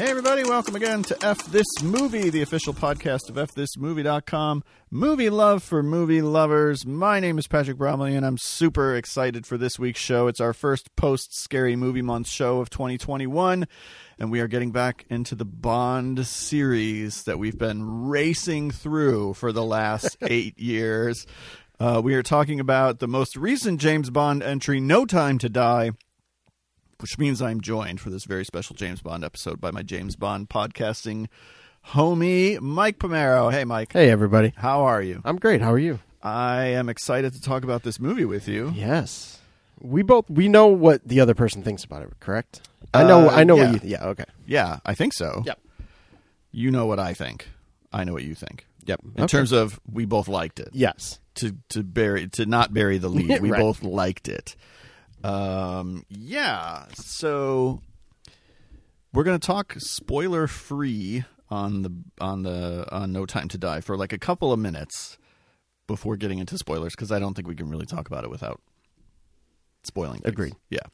everybody. Welcome again to F This Movie, the official podcast of FThisMovie.com. Movie love for movie lovers. My name is Patrick Bromley, and I'm super excited for this week's show. It's our first post Scary Movie Month show of 2021, and we are getting back into the Bond series that we've been racing through for the last eight years. Uh, we are talking about the most recent James Bond entry, No Time to Die which means I'm joined for this very special James Bond episode by my James Bond podcasting homie, Mike Pomero. Hey, Mike. Hey, everybody. How are you? I'm great. How are you? I am excited to talk about this movie with you. Yes. We both we know what the other person thinks about it, correct? I know. Uh, I know yeah. what you. Yeah. Okay. Yeah, I think so. Yep. You know what I think. I know what you think. Yep. In terms of we both liked it. Yes. To to bury to not bury the lead. We Right. both liked it. Um yeah. So we're going to talk spoiler free on the on the on No Time to Die for like a couple of minutes before getting into spoilers because I don't think we can really talk about it without spoiling. Things. Agreed. Yeah.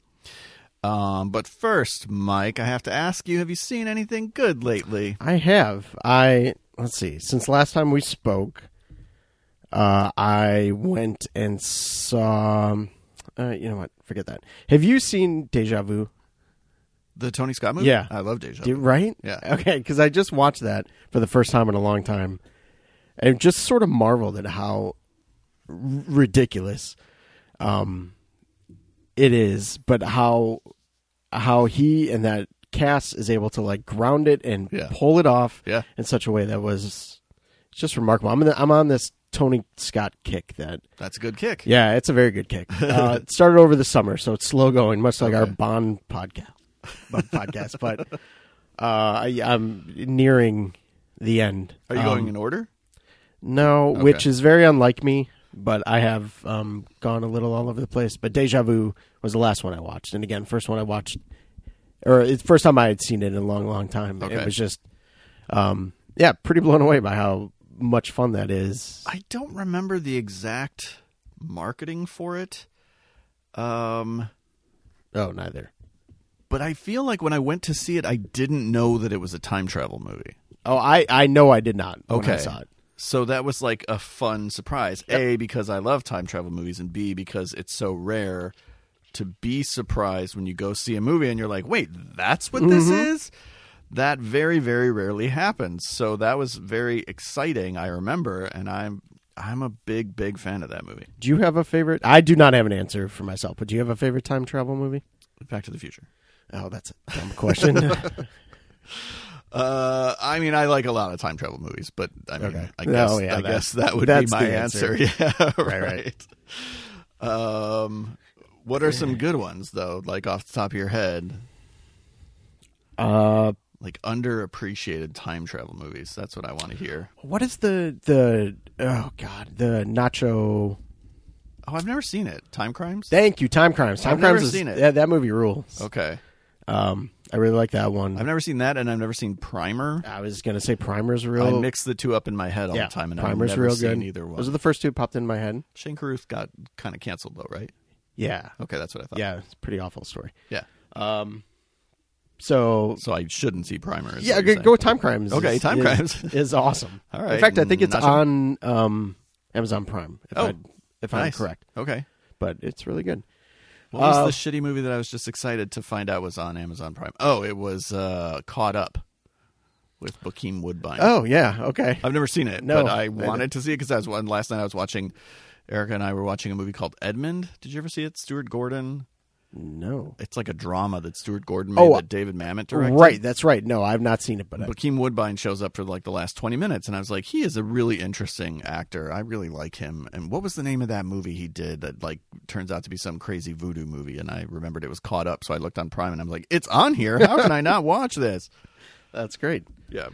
Um, but first, Mike, I have to ask you: Have you seen anything good lately? I have. I let's see. Since last time we spoke, uh, I went and saw. Uh, you know what? Forget that. Have you seen Deja Vu? The Tony Scott movie. Yeah. I love Deja. Do- Vu. right? Yeah. Okay, because I just watched that for the first time in a long time, and just sort of marveled at how r- ridiculous um, it is, but how how he and that cast is able to like ground it and Yeah. pull it off Yeah. in such a way that was just remarkable. I'm in the, I'm on this Tony Scott kick that That's a good kick. yeah, it's a very good kick. Uh, it started over the summer, so it's slow going, much like our Okay. Bond podcast. podcast, but uh, I, I'm nearing the end. Are you Um, going in order? No, Okay. which is very unlike me. But I have um, gone a little all over the place. But Deja Vu was the last one I watched, and again, first one I watched, or it's the first time I had seen it in a long, long time. Okay. It was just, um, yeah, pretty blown away by how much fun that is. I don't remember the exact marketing for it. Um, Oh, neither. but I feel like when I went to see it, I didn't know that it was a time travel movie. Oh, I I know I did not. when I Okay. saw it. So that was like a fun surprise. A because I love time travel movies, and B because it's so rare to be surprised when you go see a movie and you're like, "Wait, that's what this is." That very very rarely happens. So that was very exciting. I remember, and I'm I'm a big big fan of that movie. Do you have a favorite? I do not have an answer for myself, but do you have a favorite time travel movie? Back to the Future. Oh, that's a dumb question. Uh, I mean, I like a lot of time travel movies, but I mean, Okay. I guess Oh, yeah, I that- guess that would be that's my the answer. answer. Yeah, right. right. Um, what are some good ones though? Like off the top of your head, uh, like underappreciated time travel movies. That's what I want to hear. what is the the oh god the Nacho? Oh, I've never seen it. Time Crimes. Thank you, Time Crimes. Time I've never Crimes is seen it. That, that movie rules. okay, Um, I really like that one. I've never seen that, and I've never seen Primer. I was gonna say Primer's real. I mix the two up in my head all Oh. yeah, the time, and Primer's I've never real seen good. either one. Those are the first two that popped in my head. Shane Carruth got kind of canceled though, right? Yeah, Okay, that's what I thought. yeah, it's a pretty awful story. yeah. Um, so So I shouldn't see Primer. is Yeah, what you're go, saying. go with Time Crimes. Okay, is- Time is- Crimes. is awesome. All right, Mm, In fact, I think it's Nacho. on um, Amazon Prime. If Oh, I, if I'm Nice. correct, Okay. but it's really good. What was Uh, the shitty movie that I was just excited to find out was on Amazon Prime? Oh, it was uh, Caught Up with Bokeem Woodbine. Oh yeah, okay. I've never seen it, No, but I I wanted to see it because I was one last night. I was watching Erica and I were watching a movie called Edmund. Did you ever see it? Stuart Gordon. No, It's like a drama that Stuart Gordon made Oh, that David Mamet directed. right. That's right. No, I've not seen it, but I, Bokeem Woodbine shows up for like the last twenty minutes, and I was like, he is a really interesting actor. I really like him. And what was the name of that movie he did that like turns out to be some crazy voodoo movie? And I remembered it was caught up, so I looked on Prime, and I'm like, it's on here. How can I not watch this? that's great. Yeah,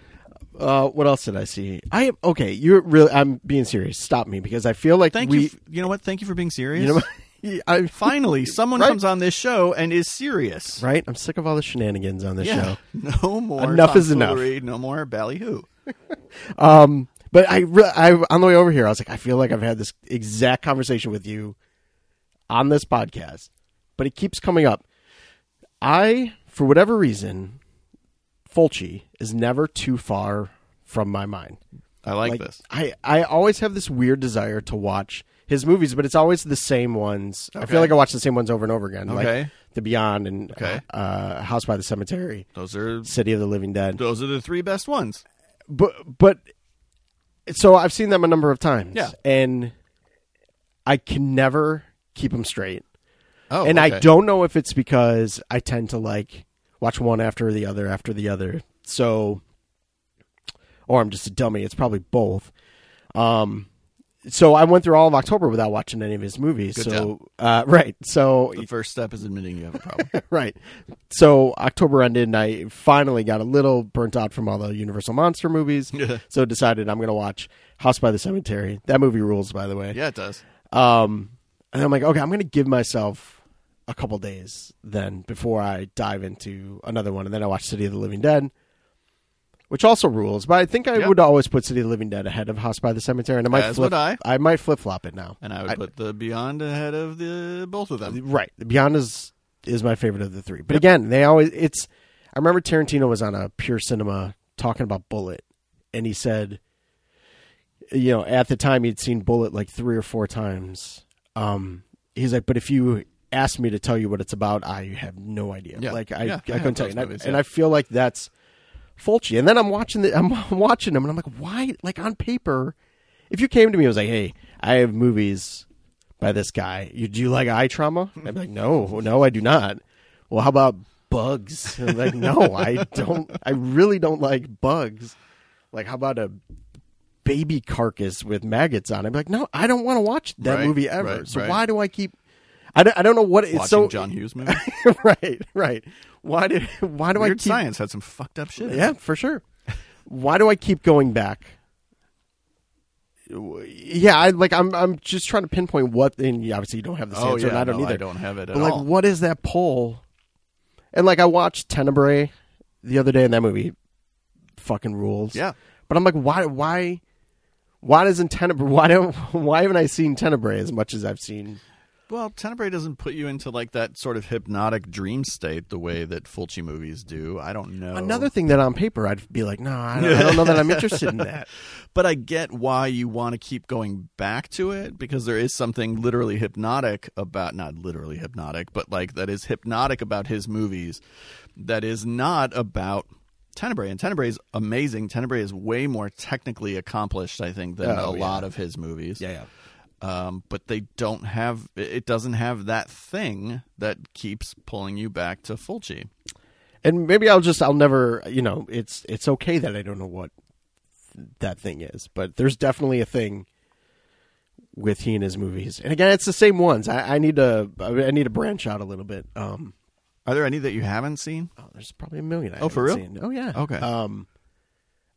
Uh, what else did I see? I okay. You're really. I'm being serious. Stop me because I feel like thank we. you. f- You know what? Thank you for being serious. you know. I Finally, someone Right. comes on this show and is serious. right. I'm sick of all the shenanigans on this Yeah, show. no more Enough is enough. tomfoolery, No more ballyhoo. Um, but I, re- I on the way over here, I was like, I feel like I've had this exact conversation with you on this podcast, but it keeps coming up. I, for whatever reason, Fulci is never too far from my mind. I like, this. I, I always have this weird desire to watch his movies, but it's always the same ones. I Okay. feel like I watch the same ones over and over again. Like Okay. The Beyond and Okay. uh, House by the Cemetery, Those are City of the Living Dead. those are the three best ones. But but so I've seen them a number of times. Yeah. And I can never keep them straight. Oh, and okay. I don't know if it's because I tend to like watch one after the other after the other. So, or I'm just a dummy. It's probably both. Um, so I went through all of October without watching any of his movies. Good so, uh, right. So, The first step is admitting you have a problem. right. So October ended, and I finally got a little burnt out from all the Universal monster movies. so decided I'm going to watch House by the Cemetery. That movie rules, by the way. yeah, it does. Um, and I'm like, okay, I'm going to give myself a couple days then before I dive into another one. And then I watch City of the Living Dead, which also rules. But I think I Yeah. would always put City of the Living Dead ahead of House by the Cemetery, and I might As flip. would I. might flip flop it now. And I would put the Beyond ahead of the both of them. Right, The Beyond is is my favorite of the three. But again, they always it's. I remember Tarantino was on a Pure Cinema talking about Bullet, and he said, you know, at the time he'd seen Bullet like three or four times. Um, he's like, but if you ask me to tell you what it's about, I have no idea. Yeah. Like I, Yeah, I I have couldn't tell you, those and, I- movies, and yeah. I feel like that's Fulci. And then I'm watching the, I'm watching him, and I'm like, why? Like on paper, if you came to me and was like, hey, I have movies by this guy. You, do you like eye trauma? I'd be like, no, no, I do not. Well, how about bugs? I'm like, no, I don't. I really don't like bugs. Like, how about a baby carcass with maggots on it? I'm like, no, I don't want to watch that Right, movie ever. right, so right. why do I keep? I don't, I don't know what it's Watching so John Hughes movie. right, right. Why do why do Weird I keep? Science had some fucked up shit. in it. Yeah, for sure. Why do I keep going back? Yeah, I like I'm I'm just trying to pinpoint what and you obviously you don't have this Oh answer yeah, and I don't no, either. I don't have it at but like all. what is that pull? And like I watched Tenebrae the other day and that movie fucking rules. Yeah. But I'm like why why why doesn't Tenebrae why don't why haven't I seen Tenebrae as much as I've seen Well, Tenebrae doesn't put you into like that sort of hypnotic dream state the way that Fulci movies do. I don't know. another thing that on paper I'd be like, no, I don't, I don't know that I'm interested in that. but I get why you want to keep going back to it because there is something literally hypnotic about not literally hypnotic, but like that is hypnotic about his movies that is not about Tenebrae. And Tenebrae is amazing. Tenebrae is way more technically accomplished, I think, than Oh, a yeah. lot of his movies. yeah. Um, but they don't have it it doesn't have that thing that keeps pulling you back to Fulci. and maybe I'll just I'll never you know it's it's okay that I don't know what that thing is, but there's definitely a thing with he and his movies, and again it's the same ones. I, I need to I need to branch out a little bit. Um, Are there any that you haven't seen? oh, there's probably a million. I Oh, for haven't real? seen. Oh yeah. Okay. Um,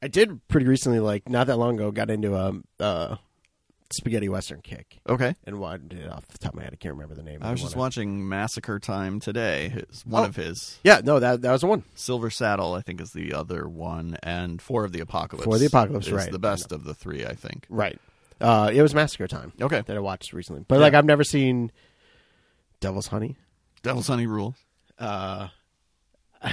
I did pretty recently, like not that long ago, got into a uh, spaghetti western kick. Okay. And what off the top of my head, I can't remember the name. I was just watching. watching Massacre Time today. It's one Oh. of his. Yeah, no, that that was the one. Silver Saddle, I think, is the other one, and Four of the Apocalypse. Four of the Apocalypse, is right. The best of the three, I think. Right. Uh, it was Massacre Time. Okay. That I watched recently. But like I've never seen Devil's Honey. Uh, Devil's Honey Rule. I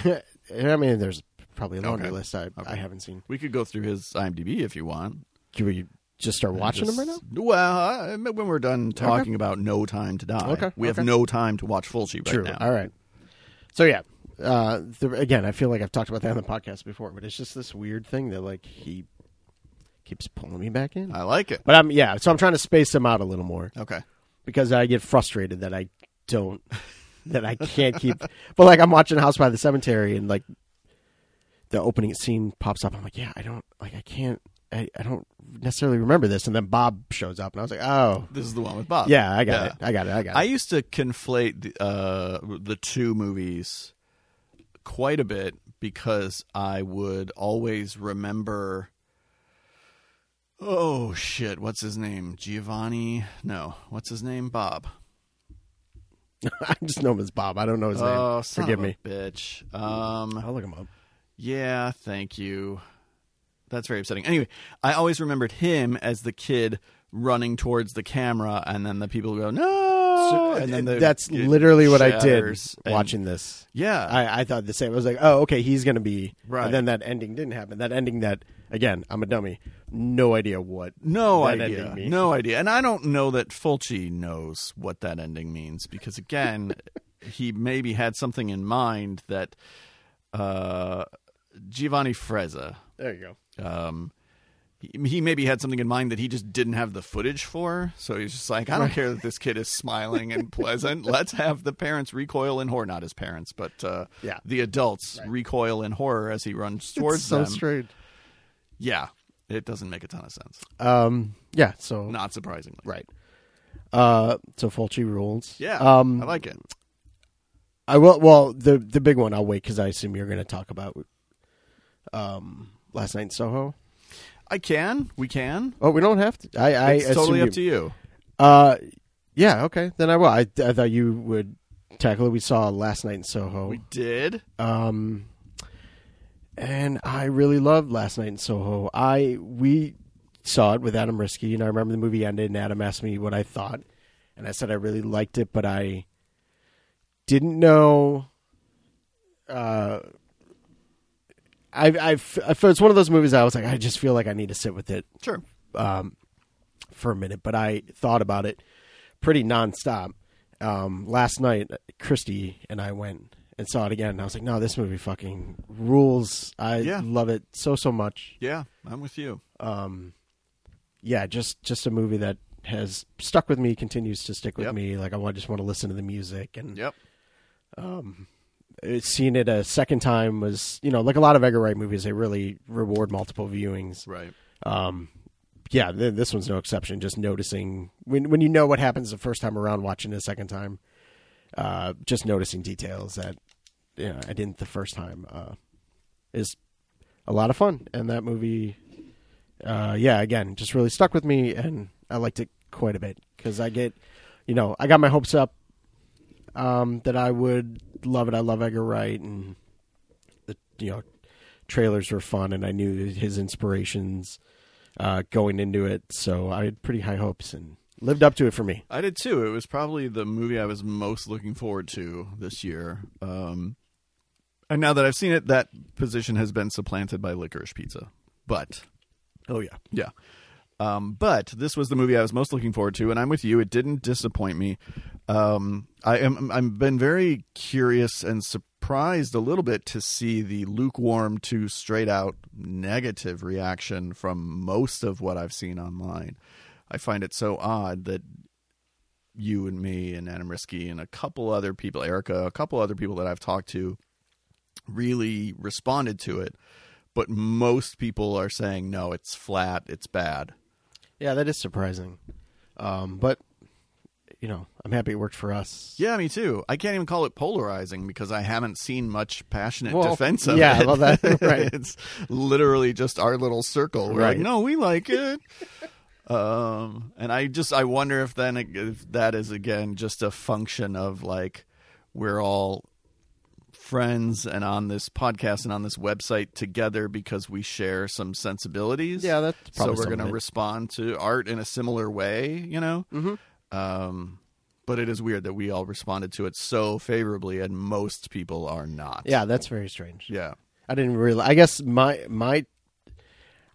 mean, there's probably a laundry Okay. list I, I haven't seen. We could go through his IMDb if you want. Can we just start watching them right now? now? Well, I- when we're done talking about No Time to Die, Okay, we have okay. no time to watch Fulci right now. All right. So yeah. Uh, the, again, I feel like I've talked about that on the podcast before, but it's just this weird thing that like he keeps pulling me back in. I like it. But I'm yeah, so I'm trying to space them out a little more. Okay. because I get frustrated that I don't that I can't keep. but like I'm watching House by the Cemetery and like the opening scene pops up. I'm like, yeah, I don't like I can't I, I don't necessarily remember this. And then Bob shows up and I was like, oh This is the one with Bob. yeah, I got Yeah. it, I got it, I got I it. used to conflate the, uh, the two movies quite a bit because I would always remember. Oh shit! What's his name? Giovanni? No, what's his name? Bob. I just know him as Bob. I don't know his Oh, name. son Forgive of a me. bitch. Um, I'll look him up. Yeah, thank you. That's very upsetting. Anyway, I always remembered him as the kid running towards the camera, and then the people go, no. oh, and then the- that's it literally what I did shatters, and- watching this. Yeah, I, I thought the same. I was like, oh, okay, he's going to be. Right. And then that ending didn't happen. That ending that, again, I'm a dummy. No idea what. no that idea, ending means. no idea, and I don't know that Fulci knows what that ending means because again, he maybe had something in mind that uh, Giovanni Frezza, There you go. um, he, he maybe had something in mind that he just didn't have the footage for. So he's just like, I don't care that this kid is smiling and pleasant. Let's have the parents recoil in horror, not his parents, but uh, Yeah. the adults recoil in horror as he runs towards It's so them. strange. Yeah, it doesn't make a ton of sense. Um, yeah, so. Not surprisingly, Right. Uh, so Fulci rules. Yeah, Um, I like it. I will. Well, the the big one. I'll wait because I assume you're going to talk about um last night in Soho. I can. We can. Oh, we don't have to. I, I it's totally assume up to you. Uh, yeah. Okay. Then I will. I, I thought you would tackle it. We saw last night in Soho. We did. um, and I really loved last night in Soho. I we saw it with Adam Risky, and I remember the movie ended, and Adam asked me what I thought, and I said I really liked it, but I didn't know. Uh, I I f- I felt it's one of those movies. I was like, I just feel like I need to sit with it Sure. um, for a minute, but I thought about it pretty nonstop. Um, last night, Christy and I went and saw it again, and I was like, "No, this movie fucking rules! I Yeah. love it so so much." Yeah, I'm with you. Um, yeah, just just a movie that has stuck with me, continues to stick with Yep. me. Like I wa- just want to listen to the music, and Yep. uh, seeing it a second time was, you know, like a lot of Edgar Wright movies, they really reward multiple viewings. Right. um, yeah, th- this one's no exception. Just noticing when when you know what happens the first time around, watching it a second time, uh, just noticing details that you know, I didn't the first time uh, is a lot of fun. And that movie, uh, yeah, again, just really stuck with me, and I liked it quite a bit because I get, you know, I got my hopes up um, that I would love it. I love Edgar Wright, and the you know trailers were fun, and I knew his inspirations uh, going into it, so I had pretty high hopes and lived up to it for me. I did too. It was probably the movie I was most looking forward to this year. Um, and now that I've seen it, that position has been supplanted by Licorice Pizza. But Oh yeah, yeah. Um, but this was the movie I was most looking forward to, and I'm with you. It didn't disappoint me. Um, I am. I've been very curious and surprised a little bit to see the lukewarm to straight out negative reaction from most of what I've seen online. I find it so odd that you and me and Adam Risky and a couple other people, Erica, a couple other people that I've talked to, really responded to it. But most people are saying no, it's flat, it's bad. yeah, that is surprising, um, but you know, I'm happy it worked for us. Yeah, me too. I can't even call it polarizing because I haven't seen much passionate Well, defense of yeah, it. well, that- right. it's literally just our little circle. We're like, Right. no, we like it. um, and I just I wonder if then it- if that is again just a function of like we're all friends and on this podcast and on this website together because we share some sensibilities. Yeah, that's so probably we're some gonna of it. Mm-hmm. respond to art in a similar way. You know. Um, but it is weird that we all responded to it so favorably, and most people are not. yeah, that's very strange. yeah, I didn't realize. I guess my my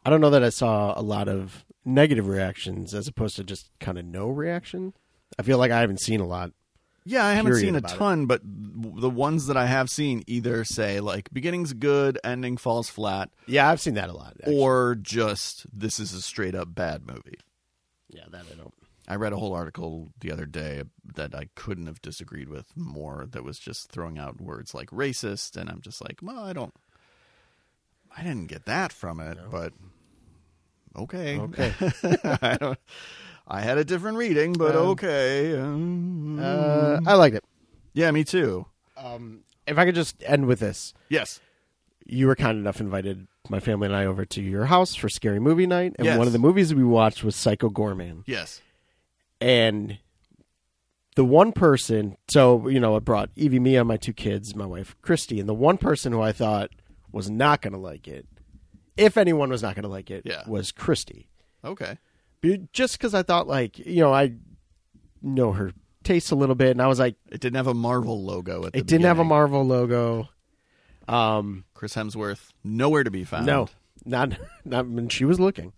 I don't know that I saw a lot of negative reactions as opposed to just kind of no reaction. I feel like I haven't seen a lot. yeah. I haven't Period seen a about it. ton, but w- the ones that I have seen either say like beginning's good, ending falls flat, Yeah, I've seen that a lot. actually. or just this is a straight up bad movie. yeah, that I don't. I read a whole article the other day that I couldn't have disagreed with more. That was just throwing out words like racist, and I'm just like, well, I don't, I didn't get that from it, but okay, Okay. I, don't, I had a different reading, but Um, okay. Um, Uh, I liked it. yeah, me too. Um, if I could just end with this, Yes, you were kind enough invited my family and I over to your house for scary movie night, and Yes. one of the movies we watched was Psycho Gorman, yes, and the one person. So you know, I brought Evie, Mia, my two kids, my wife Christy, and the one person who I thought was not going to like it, if anyone was not going to like it, Yeah. was Christy. okay, Be- just because I thought like you know I know her taste a little bit, and I was like, It didn't have a Marvel logo at the it didn't have a beginning. Marvel logo. Um, Chris Hemsworth nowhere to be found. no, not not when she was looking,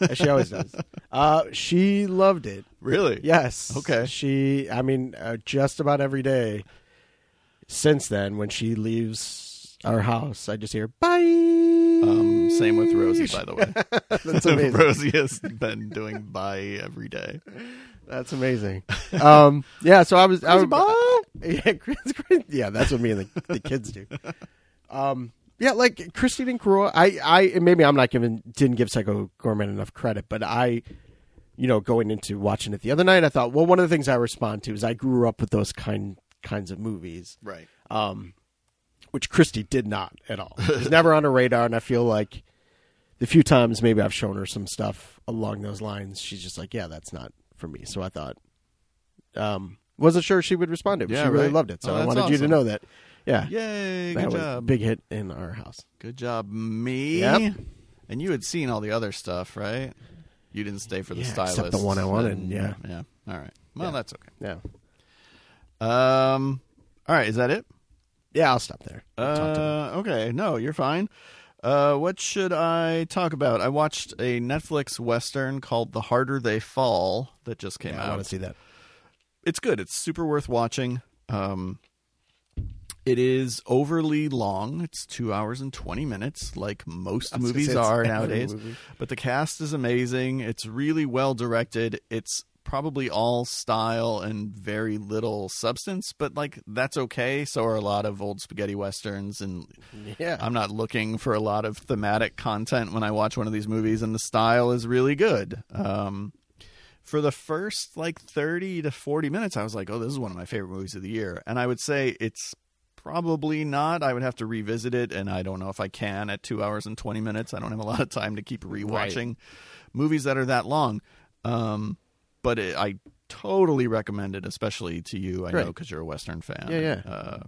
as she always does. Uh, she loved it. Really? Yes. Okay. She, I mean, uh, just about every day since then, when she leaves our house, I just hear bye. Um, same with Rosie, by the way. That's amazing. Rosie has been doing bye every day. That's amazing. Um, yeah, so I was, I was, Bye. yeah, Chris, Chris- yeah, that's what me and the, the kids do. Um, yeah, like Christine and Carole, I, I, and maybe I'm not giving, didn't give Psycho Gorman enough credit, but I, you know, going into watching it the other night, I thought, well, one of the things I respond to is I grew up with those kind kinds of movies. Right. um, which Christy did not at all. It was never on her radar, and I feel like the few times maybe I've shown her some stuff along those lines, she's just like, "Yeah, that's not for me." So I thought, um, wasn't sure she would respond to it. but Yeah, she really right. loved it, so Oh, I that's wanted you to awesome. know that. Yeah, Yay! that Good was a job. big hit in our house. Good job, me. Yep. And you had seen all the other stuff, right? You didn't stay for the Yeah, stylist. except the one I wanted, and- yeah. Yeah. All right. Well, that's okay. Yeah, Um. All right. Is that it? yeah, I'll stop there. I'll talk to them. Uh, okay. No, you're fine. Uh, what should I talk about? I watched a Netflix Western called The Harder They Fall that just came I out. want to see that. it's good. It's super worth watching. Um, it is overly long. It's two hours and twenty minutes, like most was gonna say, movies it's are every nowadays. movie. But the cast is amazing. It's really well directed. It's probably all style and very little substance, but like that's okay. So are a lot of old spaghetti westerns and Yeah, I'm not looking for a lot of thematic content when I watch one of these movies, and the style is really good. Um, for the first like 30 to 40 minutes, I was like, oh, this is one of my favorite movies of the year. And I would say it's probably not. I would have to revisit it, and I don't know if I can at two hours and 20 minutes. I don't have a lot of time to keep rewatching movies that are that long. Um, but it, I totally recommend it, especially to you, I know, know, Right. because you're a Western fan. Yeah, yeah. Uh,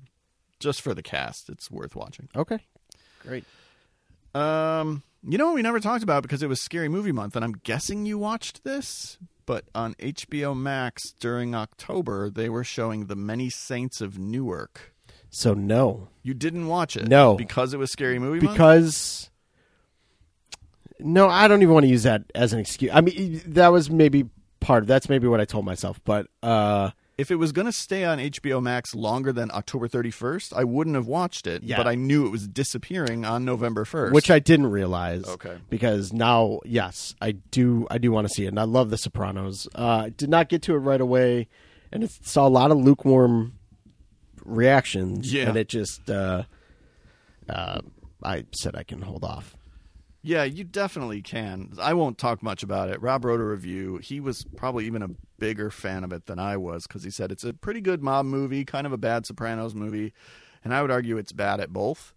just for the cast, it's worth watching. okay, great. Um, you know what we never talked about because it was Scary Movie Month, and I'm guessing you watched this. But on HBO Max during October, they were showing The Many Saints of Newark. So no, You didn't watch it, No. because it was Scary Movie Month. because no, I don't even want to use that as an excuse. I mean, that was maybe part of that's maybe what I told myself, but uh, If it was going to stay on HBO Max longer than October 31st, I wouldn't have watched it. Yeah. But I knew it was disappearing on November 1st. which I didn't realize. Okay. because now, yes, I do. I do want to see it, and I love The Sopranos. Uh, did not get to it right away, and it saw a lot of lukewarm reactions. Yeah. and it just uh, uh, I said I can hold off. Yeah, you definitely can. I won't talk much about it. Rob wrote a review. He was probably even a bigger fan of it than I was because he said it's a pretty good mob movie, kind of a bad Sopranos movie, and I would argue it's bad at both.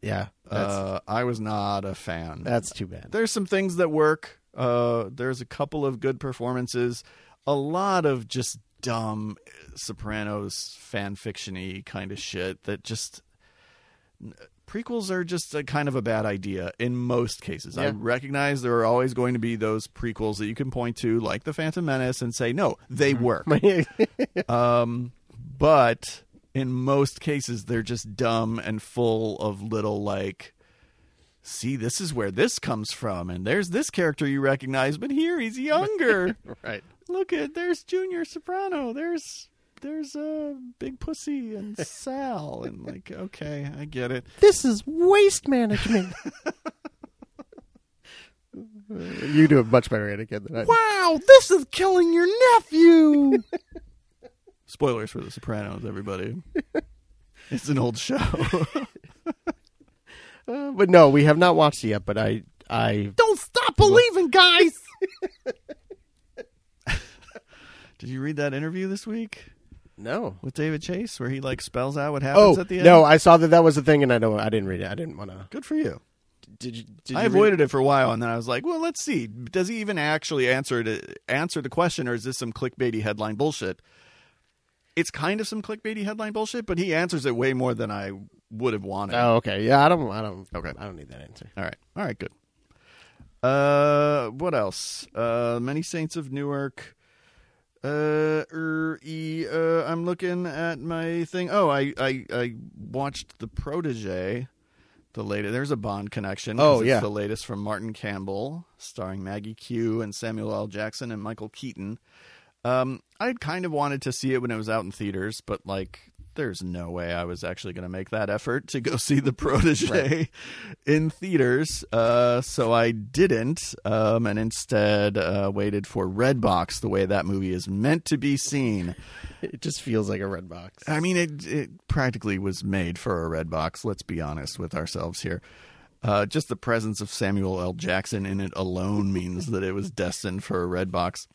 Yeah, that's Uh, I was not a fan. that's too bad. There's some things that work. Uh, there's a couple of good performances. A lot of just dumb Sopranos fan fictiony kind of shit that just prequels are just a kind of a bad idea in most cases. I Yeah. recognize there are always going to be those prequels that you can point to, like the Phantom Menace, and say no, they work. Um, but in most cases, they're just dumb and full of little like. See, this is where this comes from, and there's this character you recognize, but here he's younger. right. Look at there's Junior Soprano. There's there's uh, Big Pussy and Sal, and like okay, I get it. This is waste management. you do a much better Anakin than I do. Wow, this is killing your nephew. Spoilers for The Sopranos, everybody. It's an old show. Uh, but no, we have not watched it yet. But I, I Don't stop believing, guys. Did you read that interview this week no. with David Chase where he like spells out what happens Oh at the end? no, I saw that that was a thing, and I don't. I didn't read it. I didn't want to. Good for you. Did you? Did I you read avoided it for a while, and then I was like, "Well, let's see. Does he even actually answer to answer the question, or is this some clickbaity headline bullshit?" It's kind of some clickbaity headline bullshit, but he answers it way more than I would have wanted. It? Oh, okay. Yeah, I don't. I don't. Okay. I don't need that answer. All right, all right, good. Uh, what else? Uh, Many Saints of Newark. Uh, er, e, uh, I'm looking at my thing. Oh, I, I, I watched The Protege, the latest. There's a Bond connection. 'cause Oh, it's yeah. The latest from Martin Campbell, starring Maggie Q and Samuel L. Jackson and Michael Keaton. Um, I kind of wanted to see it when it was out in theaters, but like, there's no way I was actually going to make that effort to go see The Protege in theaters. Uh, so I didn't, um, and instead uh, waited for Redbox, the way that movie is meant to be seen. It just feels like a red box. I mean, it, it practically was made for a red box. Let's be honest with ourselves here. Uh, just the presence of Samuel L. Jackson in it alone means that it was destined for a red box.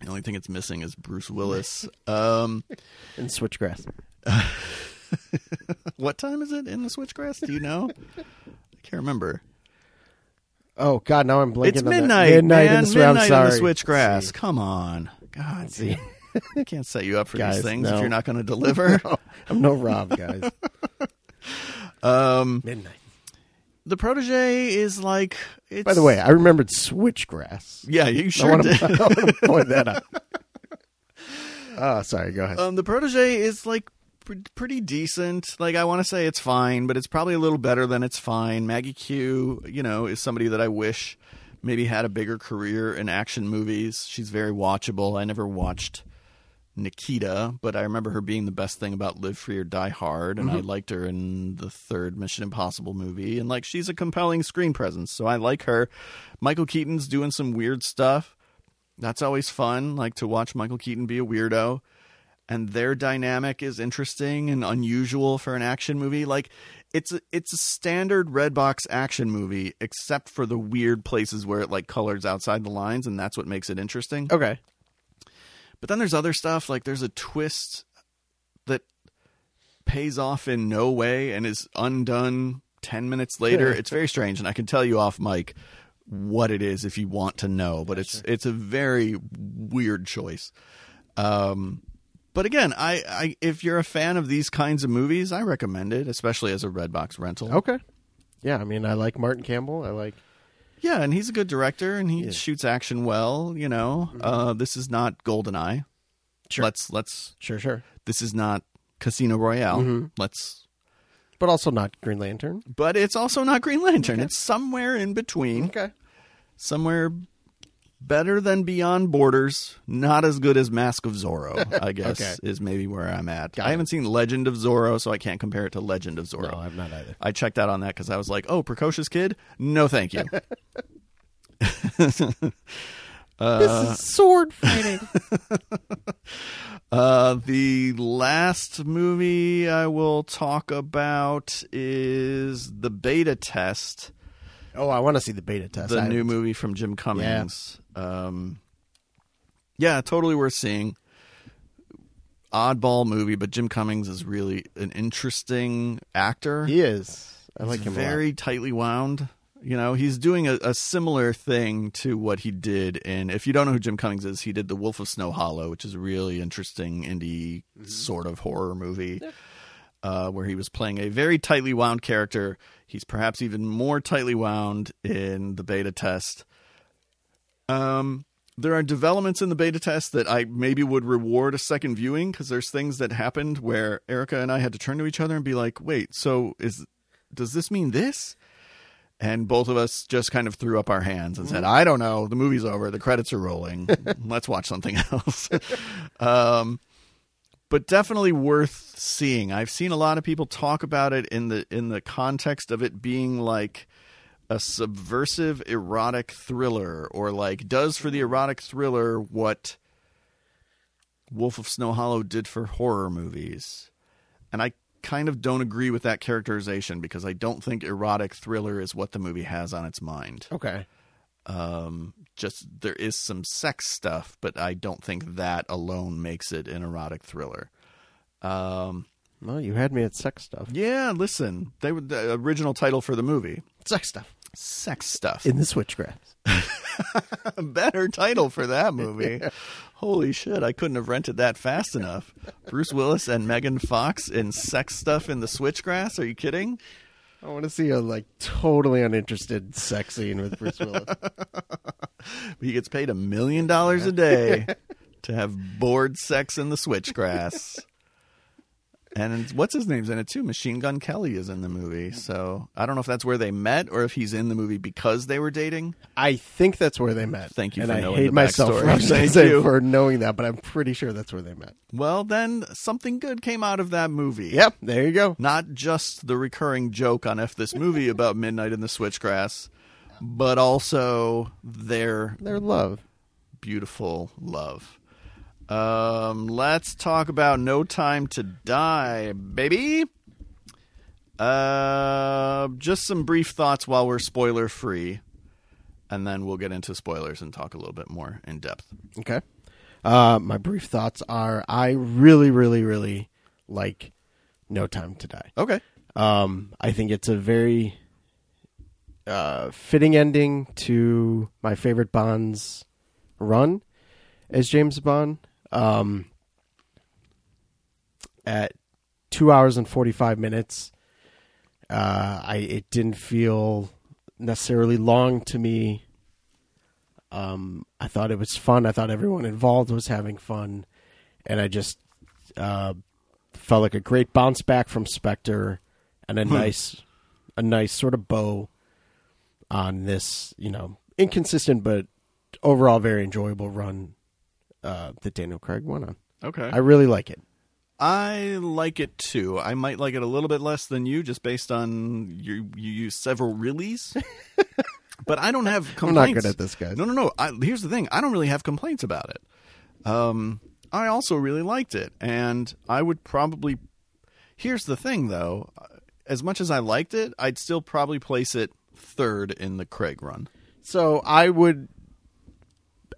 The only thing it's missing is Bruce Willis. Um, And switchgrass. what time is it in the Switchgrass? Do you know? I can't remember. Oh God, now I'm blanking. it's on that. midnight. Midnight man. in the, swi- I'm midnight in the sorry. Switchgrass. Come on, God, See. I can't set you up for Guys, these things if no. you're not going to deliver. I'm no Rob, guys. Um, midnight. the protege is like. It's, By the way, I remembered switchgrass. yeah, you I sure want did. to, I want to point that out. Oh, sorry. Go ahead. Um, the protege is like pr- pretty decent. Like I want to say it's fine, but it's probably a little better than it's fine. Maggie Q, you know, is somebody that I wish maybe had a bigger career in action movies. She's very watchable. I never watched Nikita, but I remember her being the best thing about Live Free or Die Hard, and I liked her in the third Mission Impossible movie. And like, she's a compelling screen presence, so I like her. Michael Keaton's doing some weird stuff. That's always fun, like to watch Michael Keaton be a weirdo. And their dynamic is interesting and unusual for an action movie. Like, it's a, it's a standard Redbox action movie, except for the weird places where it like colors outside the lines, and that's what makes it interesting. okay. But then there's other stuff like there's a twist that pays off in no way and is undone 10 minutes later. it's very strange and I can tell you off mic what it is if you want to know, but it's it's a very weird choice. Um but again, I, I if you're a fan of these kinds of movies, I recommend it, especially as a Redbox rental. Okay. Yeah, I mean, I like Martin Campbell. I like. Yeah, and he's a good director, and he shoots action well. You know, uh, this is not GoldenEye. Sure. Let's let's Sure, sure. this is not Casino Royale. Mm-hmm. Let's, But also not Green Lantern. but it's also not Green Lantern. It's somewhere in between, Okay. somewhere better than Beyond Borders, not as good as Mask of Zorro. I guess Okay. is maybe where I'm at. I haven't seen Legend of Zorro, so I can't compare it to Legend of Zorro. No, I'm not either. I checked out on that because I was like, "Oh, precocious kid, no, thank you." this is sword fighting. Uh, the last movie I will talk about is the beta test. oh, I want to see the beta test. the I- new movie from Jim Cummings. Um, yeah, totally worth seeing. Oddball movie, but Jim Cummings is really an interesting actor. He is. I like He's him very tightly wound. You know, he's doing a, a similar thing to what he did in. If you don't know who Jim Cummings is, he did The Wolf of Snow Hollow, which is a really interesting indie Mm-hmm. sort of horror movie, uh, where he was playing a very tightly wound character. He's perhaps even more tightly wound in the beta test. Um, there are developments in the beta test that I maybe would reward a second viewing because there's things that happened where Erica and I had to turn to each other and be like, "Wait, so is does this mean this?" And both of us just kind of threw up our hands and said, "I don't know. The movie's over. The credits are rolling. Let's watch something else." um, but definitely worth seeing. I've seen a lot of people talk about it in the in the context of it being like a subversive erotic thriller or like does for the erotic thriller what Wolf of Snow Hollow did for horror movies. And I kind of don't agree with that characterization because I don't think erotic thriller is what the movie has on its mind. a lot. Okay. Um just there is some sex stuff, but I don't think that alone makes it an erotic thriller. Um Well, you had me at sex stuff. yeah, listen. They were the original title for the movie. Sex stuff. Sex stuff. In the switchgrass. a better title for that movie. Holy shit, I couldn't have rented that fast enough. Bruce Willis and Megan Fox in sex stuff in the switchgrass? Are you kidding? I want to see a like totally uninterested sex scene with Bruce Willis. He gets paid a million dollars a day to have bored sex in the switchgrass. and it's- what's his name's in it too? Machine Gun Kelly is in the movie. So I don't know if that's where they met or if he's in the movie because they were dating. I think that's where they met. Thank you And for I knowing hate the myself backstory. for, Thank saying- you. for knowing that, but I'm pretty sure that's where they met. Well, then something good came out of that movie. Yep, there you go. Not just the recurring joke on F this movie about Midnight in the Switchgrass, but also their Their love. beautiful love. Um, let's talk about No Time to Die, baby. Uh, just some brief thoughts while we're spoiler free, and then we'll get into spoilers and talk a little bit more in depth. Okay. Uh, my brief thoughts are: I really, really, really like No Time to Die. Okay. Um, I think it's a very uh, fitting ending to my favorite Bond's run as James Bond. Um, at two hours and forty five minutes, uh, I it didn't feel necessarily long to me. Um, I thought it was fun. I thought everyone involved was having fun, and I just uh, felt like a great bounce back from Spectre and Hmm. a nice, a nice sort of bow on this, you know, inconsistent but overall very enjoyable run uh, that Daniel Craig went on. Okay. I really like it. I like it too. I might like it a little bit less than you, just based on you. You use several reallys, but I don't have I'm complaints. not good at this, guys. No, no, no. I, here's the thing: I don't really have complaints about it. Um, I also really liked it, and I would probably. Here's the thing, though: as much as I liked it, I'd still probably place it third in the Craig run. So I would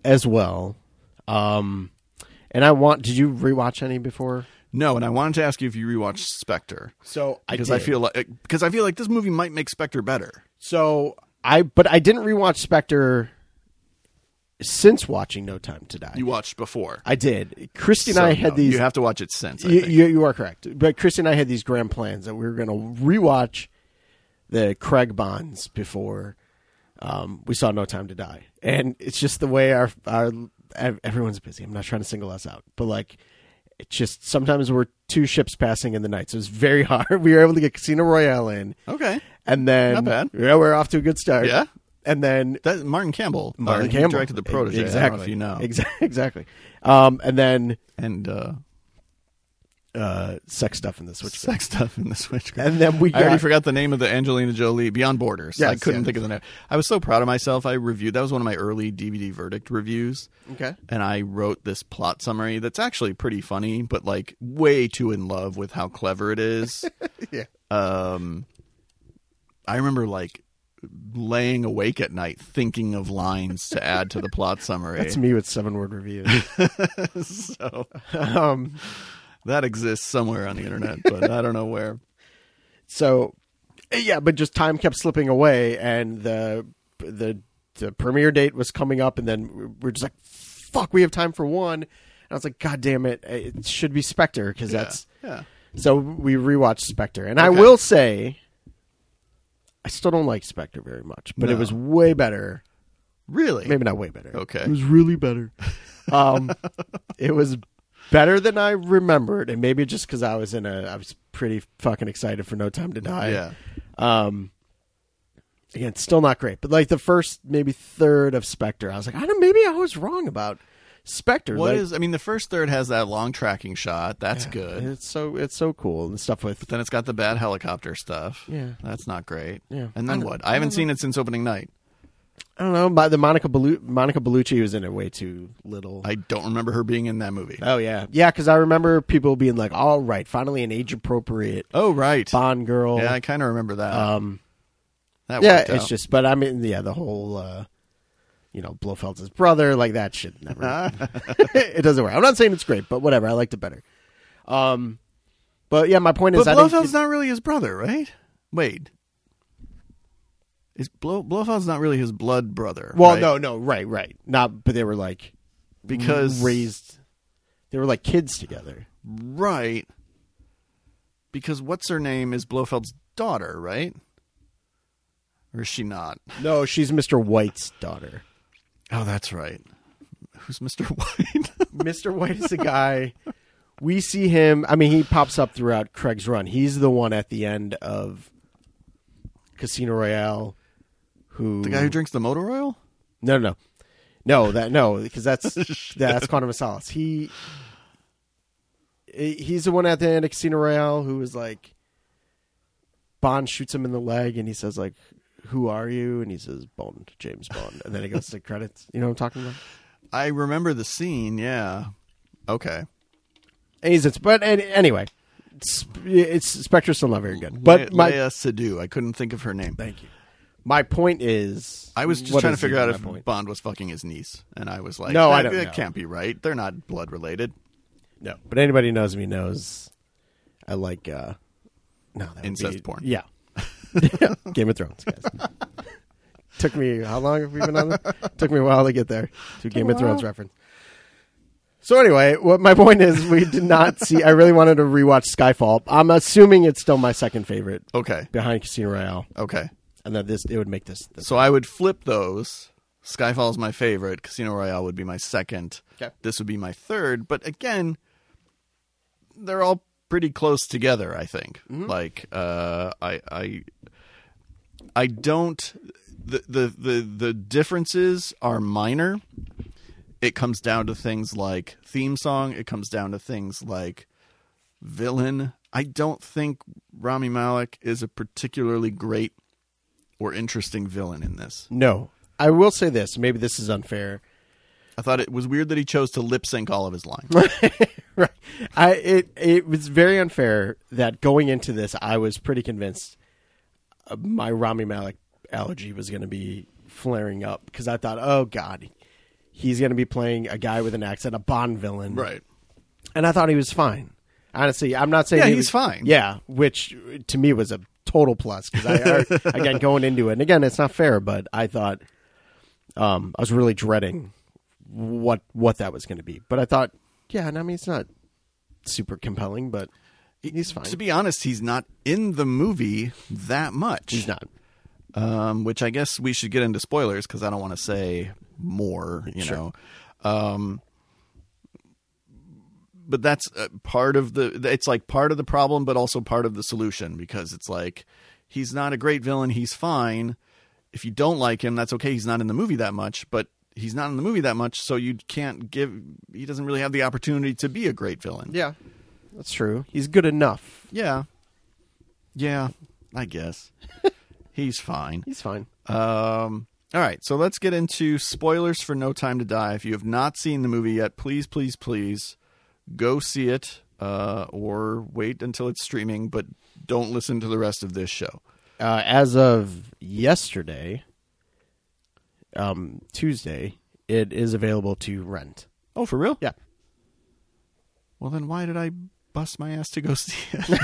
as well. Um, and I want. Did you rewatch any before? No, and I wanted to ask you if you rewatched Spectre So because I, feel like because I feel like this movie might make Spectre better. so. I but I didn't rewatch Spectre since watching No Time to Die. You watched before. I did. Christy and So, I had no, these. You have to watch it since. I you, think. you, you are correct. But Chris and I had these grand plans that we were going to rewatch the Craig Bonds before um, we saw No Time to Die, and it's just the way our our ev- everyone's busy. I'm not trying to single us out, but like it's just sometimes we're two ships passing in the night, so it's very hard. We were able to get Casino Royale in, okay. and then Not bad. yeah, we're off to a good start. Yeah? and then That Martin Campbell. uh, Martin he Campbell directed the protege. exactly. I don't know if you know. Exa- exactly, um, and then And uh, uh, sex stuff in the switch. sex stuff in the Switch. And then we I already got- forgot the name of the Angelina Jolie Beyond Borders. I Yes, couldn't yeah. think of the name. I was so proud of myself. I reviewed that was one of my early DVD verdict reviews. Okay. And I wrote this plot summary that's actually pretty funny, but like way too in love with how clever it is. Yeah. um I remember like laying awake at night thinking of lines to add to the plot summary. That's me with seven word reviews. so um, that exists somewhere on the internet, but I don't know where. so yeah, but just time kept slipping away, and the the the premiere date was coming up, and then we we're just like, "Fuck, we have time for one." And I was like, "God damn it, it should be Spectre because that's." yeah. So we rewatched Spectre, and I Okay. will say, I still don't like Spectre very much, but it No. was way better. Really? Maybe not way better. Okay. it was really better. Um, it was better than I remembered, and maybe just because I was in a, I was pretty fucking excited for No Time to Die. Yeah. Um, again, it's still not great, but like the first maybe third of Spectre, I was like, I don't. Maybe I was wrong about Spectre. What like, is? I mean, the first third has that long tracking shot. That's good. It's so it's so cool and stuff with. then it's got the bad helicopter stuff. Yeah. That's not great. Yeah. And I then don't- what? I haven't seen it since opening night. I don't know. By the Monica Bellu- Monica Bellucci was in it way too little. I don't remember her being in that movie. oh yeah, yeah. Because I remember people being like, "All right, finally an age appropriate oh, right. Bond girl." Yeah, I kind of remember that. Um, that yeah, worked it's out. just, but I mean, yeah, the whole, uh, you know, Blofeld's his brother, like that shit never, it doesn't work. I'm not saying it's great, but whatever. I liked it better. Um, but yeah, my point is, But I think Blofeld's it- not really his brother, right? Wait. Is Blo- Blofeld's not really his blood brother? well, right? no, no, right, right. Not, but they were like because raised, they were like kids together. Right. Because what's her name is Blofeld's daughter, right? Or is she not? No, she's Mr. White's daughter. Oh, that's right. Who's Mr. White? Mr. White is a guy. We see him. I mean, he pops up throughout Craig's run. He's the one at the end of Casino Royale who the guy who drinks the motor oil? No, no, no, no. That no, because that's that's Quantum of Solace. He he's the one at the end of Casino Royale who was like Bond shoots him in the leg, and he says like, "Who are you?" And he says, "Bond, James Bond." And then it goes to credits. You know what I'm talking about? I remember the scene. Yeah. Okay. And he's it's but and, anyway, it's, it's Spectre's still not very good. But Le- my Leia Sadu. I couldn't think of her name. thank you. My point is, I was just what trying to is figure even out my if point? Bond was fucking his niece, and I was like, No, I that, don't that know. can't be right. They're not blood related. No, but anybody who knows me knows I like uh no that would Incest be- porn. Yeah, Game of Thrones. Guys. Took me how long have we been on? This? Took me a while to get there to Game of Thrones reference. So anyway, what my point is, we did not see. I really wanted to rewatch Skyfall. I'm assuming it's still my second favorite Okay. behind Casino Royale, Okay. and that this it would make this. this. So I would flip those. Skyfall's my favorite. Casino Royale would be my second. Okay. This would be my third. But again, they're all pretty close together. I think. Mm-hmm. Like, uh, I, I, I don't. The, the the the differences are minor. It comes down to things like theme song. It comes down to things like villain. I don't think Rami Malek is a particularly great or interesting villain in this. No, I will say this. Maybe this is unfair. I thought it was weird that he chose to lip sync all of his lines. right. I it it was very unfair that going into this, I was pretty convinced uh, my Rami Malik allergy was going to be flaring up because I thought, oh god, he's going to be playing a guy with an accent, a Bond villain, And I thought he was fine. Honestly, I'm not saying Yeah, he he's was- fine. Yeah, which to me was a total plus because I, I again going into it, and again it's not fair, but I thought um, I was really dreading what what that was going to be. But I thought, yeah, and I mean it's not super compelling, but he's fine. To be honest, he's not in the movie that much. he's not. Um, which I guess we should get into spoilers because I don't want to say more, you know. Um, but that's uh, part of the. It's like part of the problem, but also part of the solution because it's like he's not a great villain. He's fine. If you don't like him, that's okay. He's not in the movie that much, but he's not in the movie that much, so you can't give. He doesn't really have the opportunity to be a great villain. Yeah, that's true. He's good enough. Yeah. Yeah, I guess. He's fine. He's fine. Um all right, so let's get into spoilers for No Time to Die. If you have not seen the movie yet, please, please, please go see it uh, or wait until it's streaming, but don't listen to the rest of this show. uh, as of yesterday, um, Tuesday, it is available to rent. Oh, for real? Yeah, Well, then why did I bust my ass to go see it?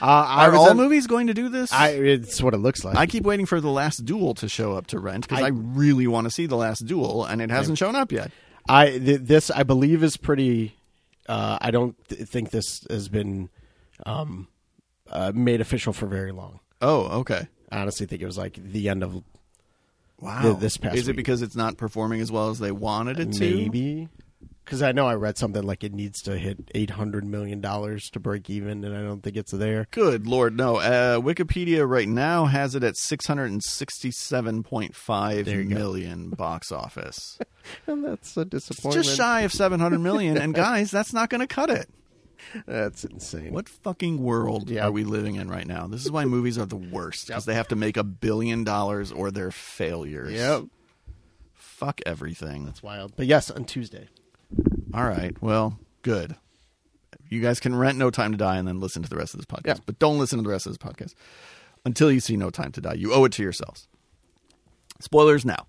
uh, I Are was all on- movies going to do this? I it's what it looks like. I keep waiting for The Last Duel to show up to rent because I, I- really want to see The Last Duel, and it hasn't shown up yet. I th- this I believe is pretty. Uh, I don't th- think this has been um, uh, made official for very long. Oh, okay. I honestly think it was like the end of Wow. Th- this past Is it week. because it's not performing as well as they wanted it to? maybe because I know I read something like it needs to hit eight hundred million dollars to break even, and I don't think it's there. Good lord, no. Uh, Wikipedia right now has it at six hundred and sixty-seven point five million box office, And that's a disappointment. just shy of seven hundred million. and guys, that's not going to cut it. That's insane. What fucking world Yeah. are we living in right now? This is why movies are the worst because they have to make a billion dollars or they're failures. Yep. Fuck everything. It's wild. But yes, on Tuesday. All right. Well, good. You guys can rent No Time to Die and then listen to the rest of this podcast. Yeah. But don't listen to the rest of this podcast until you see No Time to Die. You owe it to yourselves. Spoilers now.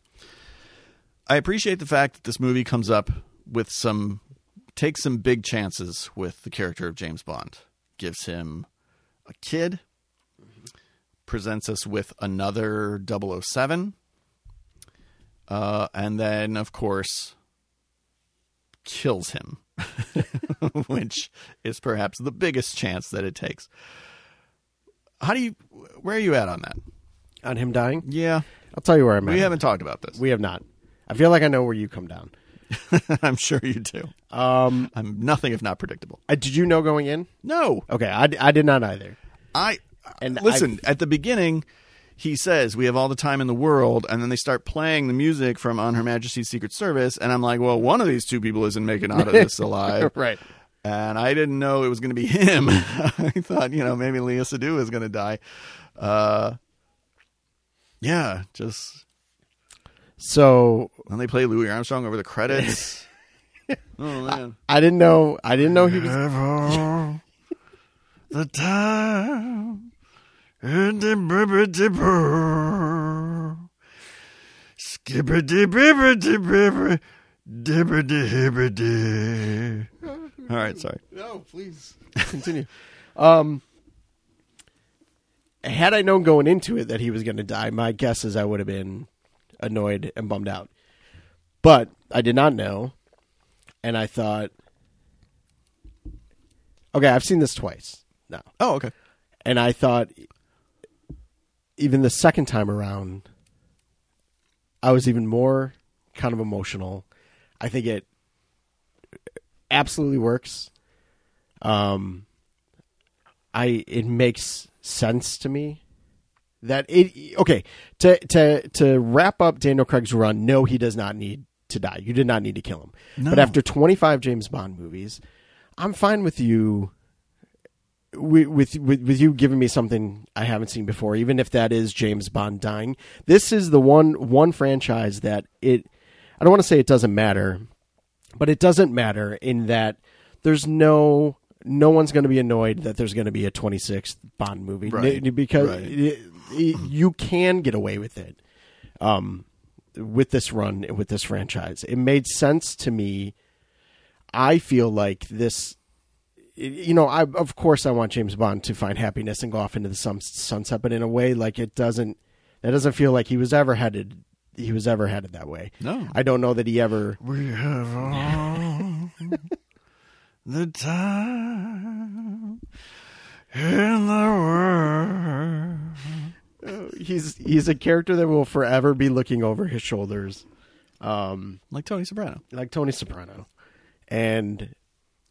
I appreciate the fact that this movie comes up with some takes some big chances with the character of James Bond. Gives him a kid, presents us with another 007. Uh, and then of course kills him, which is perhaps the biggest chance that it takes. How do you? Where are you at on that? On him dying? Yeah, I'll tell you where I'm at. we haven't talked about this. We have not. I feel like I know where you come down. I'm sure you do. Um, I'm nothing if not predictable. uh, did you know going in? No, Okay, I, d- I did not either. I And and listen at the beginning. He says we have all the time in the world, and then they start playing the music from On Her Majesty's Secret Service, and I'm like, well, one of these two people isn't making out of this alive, Right. and I didn't know it was going to be him. I thought, you know, maybe Leah Sadu is going to die. Uh, yeah, just So when they play Louis Armstrong over the credits. oh man, I didn't know. I didn't know he was. Ever the time and the bibber dipper. Skibbity bibber dipper. Dibbity hibbity. All right, sorry. No, please continue. um, had I known going into it that he was going to die, my guess is I would have been annoyed and bummed out. But I did not know, and I thought, okay, I've seen this twice now, Oh, okay. and I thought, even the second time around, I was even more kind of emotional. I think it absolutely works. Um, I it makes sense to me that it okay to to to wrap up Daniel Craig's run. No, he does not need to die. You did not need to kill him. No. But after twenty five James Bond movies, I'm fine with you. With, with with with you giving me something I haven't seen before, even if that is James Bond dying, this is the one one franchise that it. I don't want to say it doesn't matter, but it doesn't matter in that there's no no one's going to be annoyed that there's going to be a 26th Bond movie Right, N- because right. it- it- you can get away with it um, with this run with this franchise. It made sense to me. I feel like this. You know, I of course I want James Bond to find happiness and go off into the sun, sunset, but in a way like it doesn't. That doesn't feel like he was ever headed. He was ever headed that way. No. I don't know that he ever. We have all the time in the world. he's he's a character that will forever be looking over his shoulders, um, Like Tony Soprano. like Tony Soprano, and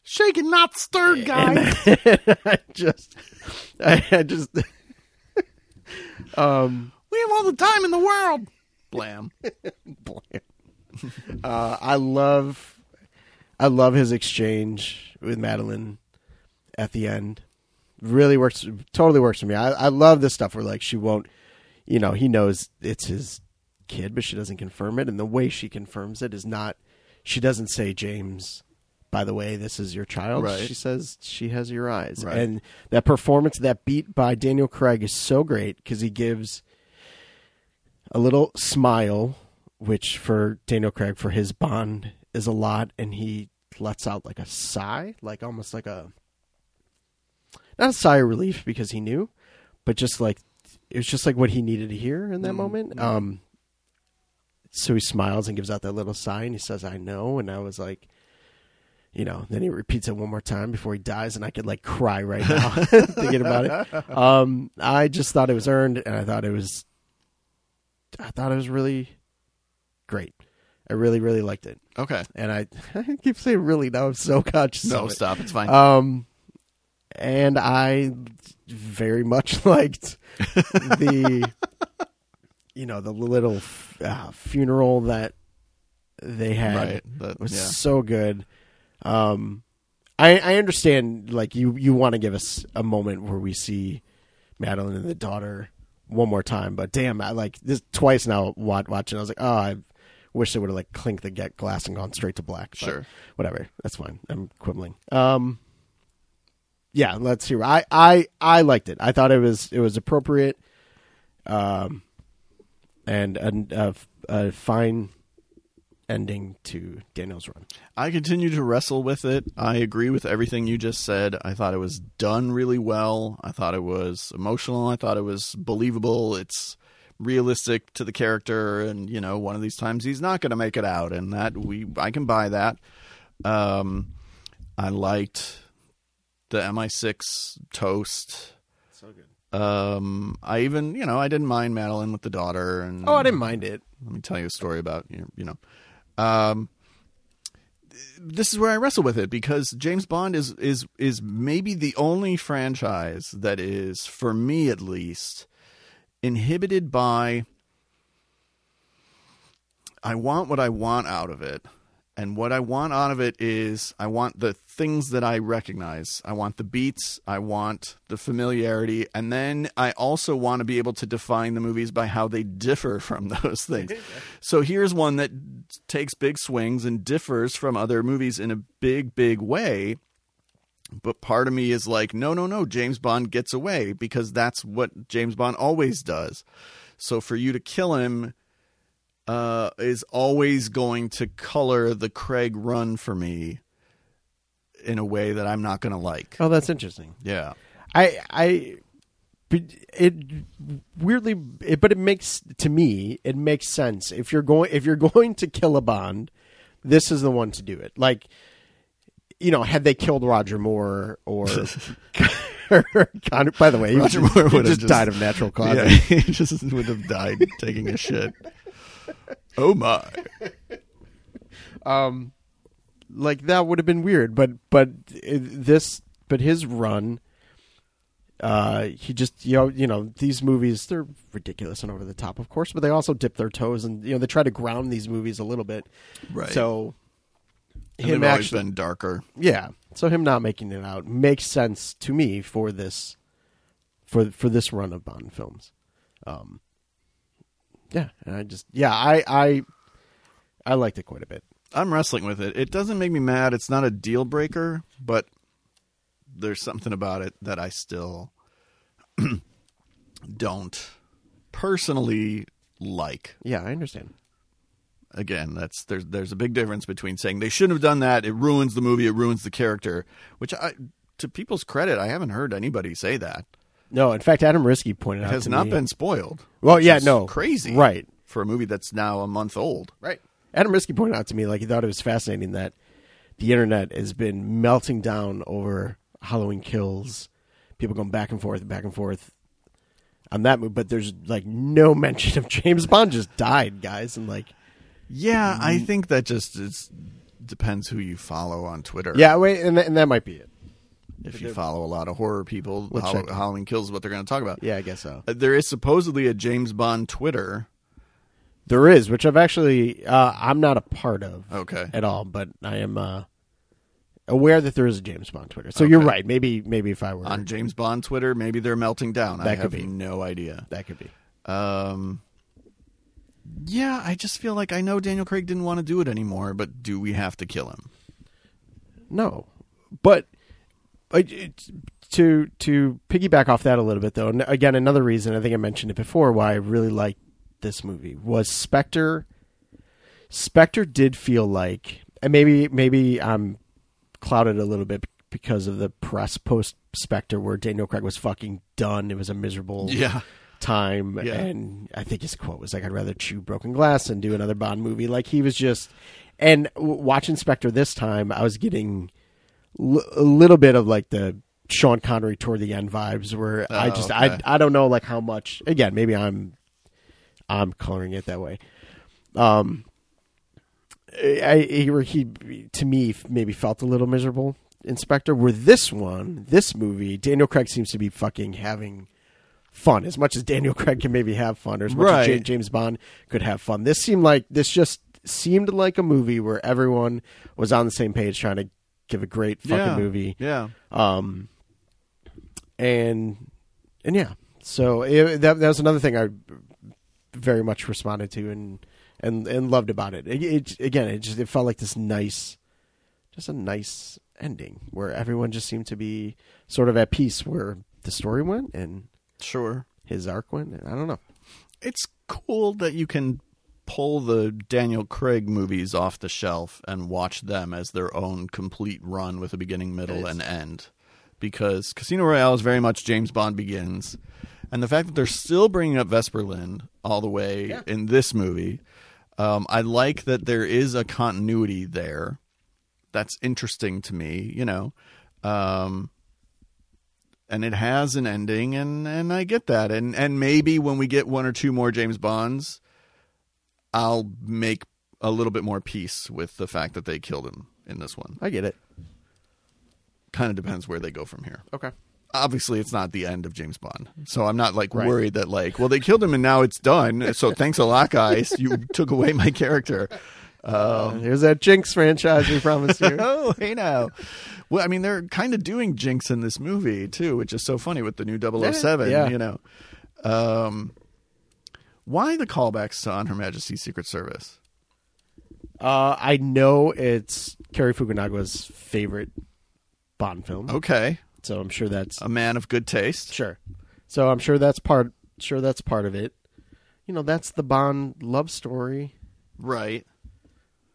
Shaken, not stirred, guy. I just, I, I just, um, we have all the time in the world. Blam. blam. uh, I love, I love his exchange with Madeline at the end. Really works, totally works for me. I, I love this stuff where like she won't, you know, he knows it's his kid, but she doesn't confirm it, and the way she confirms it is not. She doesn't say James. By the way, this is your child. Right. She says she has your eyes, Right. and that performance, that beat by Daniel Craig, is so great because he gives a little smile, which for Daniel Craig for his Bond is a lot, and he lets out like a sigh, like almost like a not a sigh of relief because he knew, but just like it was just like what he needed to hear in that moment. Um, so he smiles and gives out that little sigh, and he says, "I know," and I was like. You know, then he repeats it one more time before he dies, and I could like cry right now thinking about it. Um, I just thought it was earned, and I thought it was I thought it was really great. I really, really liked it. Okay. And I, I keep saying really now. I'm so conscious. No, of it. stop. It's fine. Um, and I very much liked the, you know, the little uh, funeral that they had right. That, It was yeah. so good. Um, I I understand like you you want to give us a moment where we see Madeline and the daughter one more time, but damn, I like this twice now wa- watching. I was like, oh, I wish they would have like clinked the get glass and gone straight to black. but Sure. whatever, that's fine. I'm quibbling. Um, yeah, let's hear. I I I liked it. I thought it was it was appropriate. Um, and a, a, a fine ending to Daniel's run. I continue to wrestle with it. I agree with everything you just said. I thought it was done really well. I thought it was emotional. I thought it was believable. It's realistic to the character and you know one of these times he's not going to make it out and that we I can buy that. Um I liked the MI6 toast. So good. Um I even, you know, I didn't mind Madeline with the daughter and Oh, I didn't mind it. let me tell you a story about you know, you know. Um, this is where I wrestle with it because James Bond is is is maybe the only franchise that is, for me at least, inhibited by I want what I want out of it. And what I want out of it is I want the things that I recognize. I want the beats. I want the familiarity. And then I also want to be able to define the movies by how they differ from those things. so here's one that takes big swings and differs from other movies in a big, big way. But part of me is like, no, no, no, James Bond gets away because that's what James Bond always does. So for you to kill him, uh, is always going to color the Craig run for me in a way that I'm not going to like. Oh, that's interesting. Yeah. I I but it weirdly it, but it makes to me it makes sense if you're going if you're going to kill a bond this is the one to do it like you know had they killed Roger Moore or Connor, by the way he Roger just, Moore he would've just, just- died of natural causes Yeah, he just would have died taking a shit. Oh my. um like that would have been weird but but it- this but his run uh he just you know you know these movies they're ridiculous and over the top of course but they also dip their toes and you know they try to ground these movies a little bit Right. so And him they've always actually been darker. yeah so him not making it out makes sense to me for this for for this run of bond films um yeah and i just yeah i i i liked it quite a bit I'm wrestling with it. It doesn't make me mad. It's not a deal breaker, but there's something about it that I still don't personally like. yeah i understand again that's there's there's a big difference between saying they shouldn't have done that it ruins the movie it ruins the character which i to people's credit i haven't heard anybody say that No, in fact, Adam Risky pointed it out has to not me- been spoiled Well, which yeah, is no, crazy right, for a movie that's now a month old right. Adam Risky pointed out to me like he thought it was fascinating that the internet has been melting down over Halloween kills, people going back and forth and back and forth on that movie, but there's like no mention of James Bond just died, guys, and like yeah i Mm. think that just is, depends who you follow on twitter yeah, wait, and, th- and that might be it. if you follow a lot of horror people We'll Hall- check. halloween kills is what they're going to talk about Yeah, I guess so. Uh, there is supposedly a james bond twitter There is, which I've actually uh, I'm not a part of okay at all, but I am uh, aware that there is a James Bond Twitter. So you're right. Maybe maybe if I were on james bond twitter maybe they're melting down i That have could be. no idea that could be. Um, yeah, I just feel like I know Daniel Craig didn't want to do it anymore, but do we have to kill him? No, but uh, it- to to piggyback off that a little bit, though, and again, another reason I think I mentioned it before why I really liked this movie was Spectre. Spectre did feel like, and maybe maybe I'm clouded a little bit because of the press post Spectre where Daniel Craig was fucking done. It was a miserable time Yeah. and i think his quote was like i'd rather chew broken glass than do another bond movie like he was just and w- watching spectre this time i was getting l- a little bit of like the sean connery toward the end vibes where i Oh, just okay. I, I don't know like how much again maybe i'm i'm coloring it that way um I, he, were- he to me maybe felt a little miserable inspector where this one this movie daniel craig seems to be fucking having fun as much as daniel craig can maybe have fun or as much Right. as Ja- james bond could have fun this seemed like this just seemed like a movie where everyone was on the same page trying to give a great fucking Yeah. movie Yeah. um and and yeah so it, that, that was another thing i very much responded to and and and loved about it. it it again it just it felt like this nice just a nice ending where everyone just seemed to be sort of at peace where the story went and Sure. his arc went and i don't know It's cool that you can pull the Daniel Craig movies off the shelf and watch them as their own complete run with a beginning, middle, and end. Because Casino Royale is very much James Bond begins. And the fact that they're still bringing up Vesper Lynn all the way Yeah. in this movie, um, I like that there is a continuity there. That's interesting to me, you know. Um, and it has an ending and and I get that and and maybe when we get one or two more James Bonds I'll make a little bit more peace with the fact that they killed him in this one. I get it. Kind of depends where they go from here. Okay. Obviously, it's not the end of James Bond, so I'm not like Right. worried that like, well, they killed him and now it's done. So thanks a lot, guys. You took away my character. Uh, here's that Jinx franchise we promised you. oh, hey now. Well, I mean, they're kind of doing Jinx in this movie too, which is so funny with the new 007, Yeah. you know. Um, why the callbacks to On Her Majesty's Secret Service? Uh, I know it's Kerry Fukunaga's favorite Bond film, Okay, so I'm sure that's a man of good taste. sure. So I'm sure that's part. Sure, that's part of it. You know, that's the Bond love story. Right.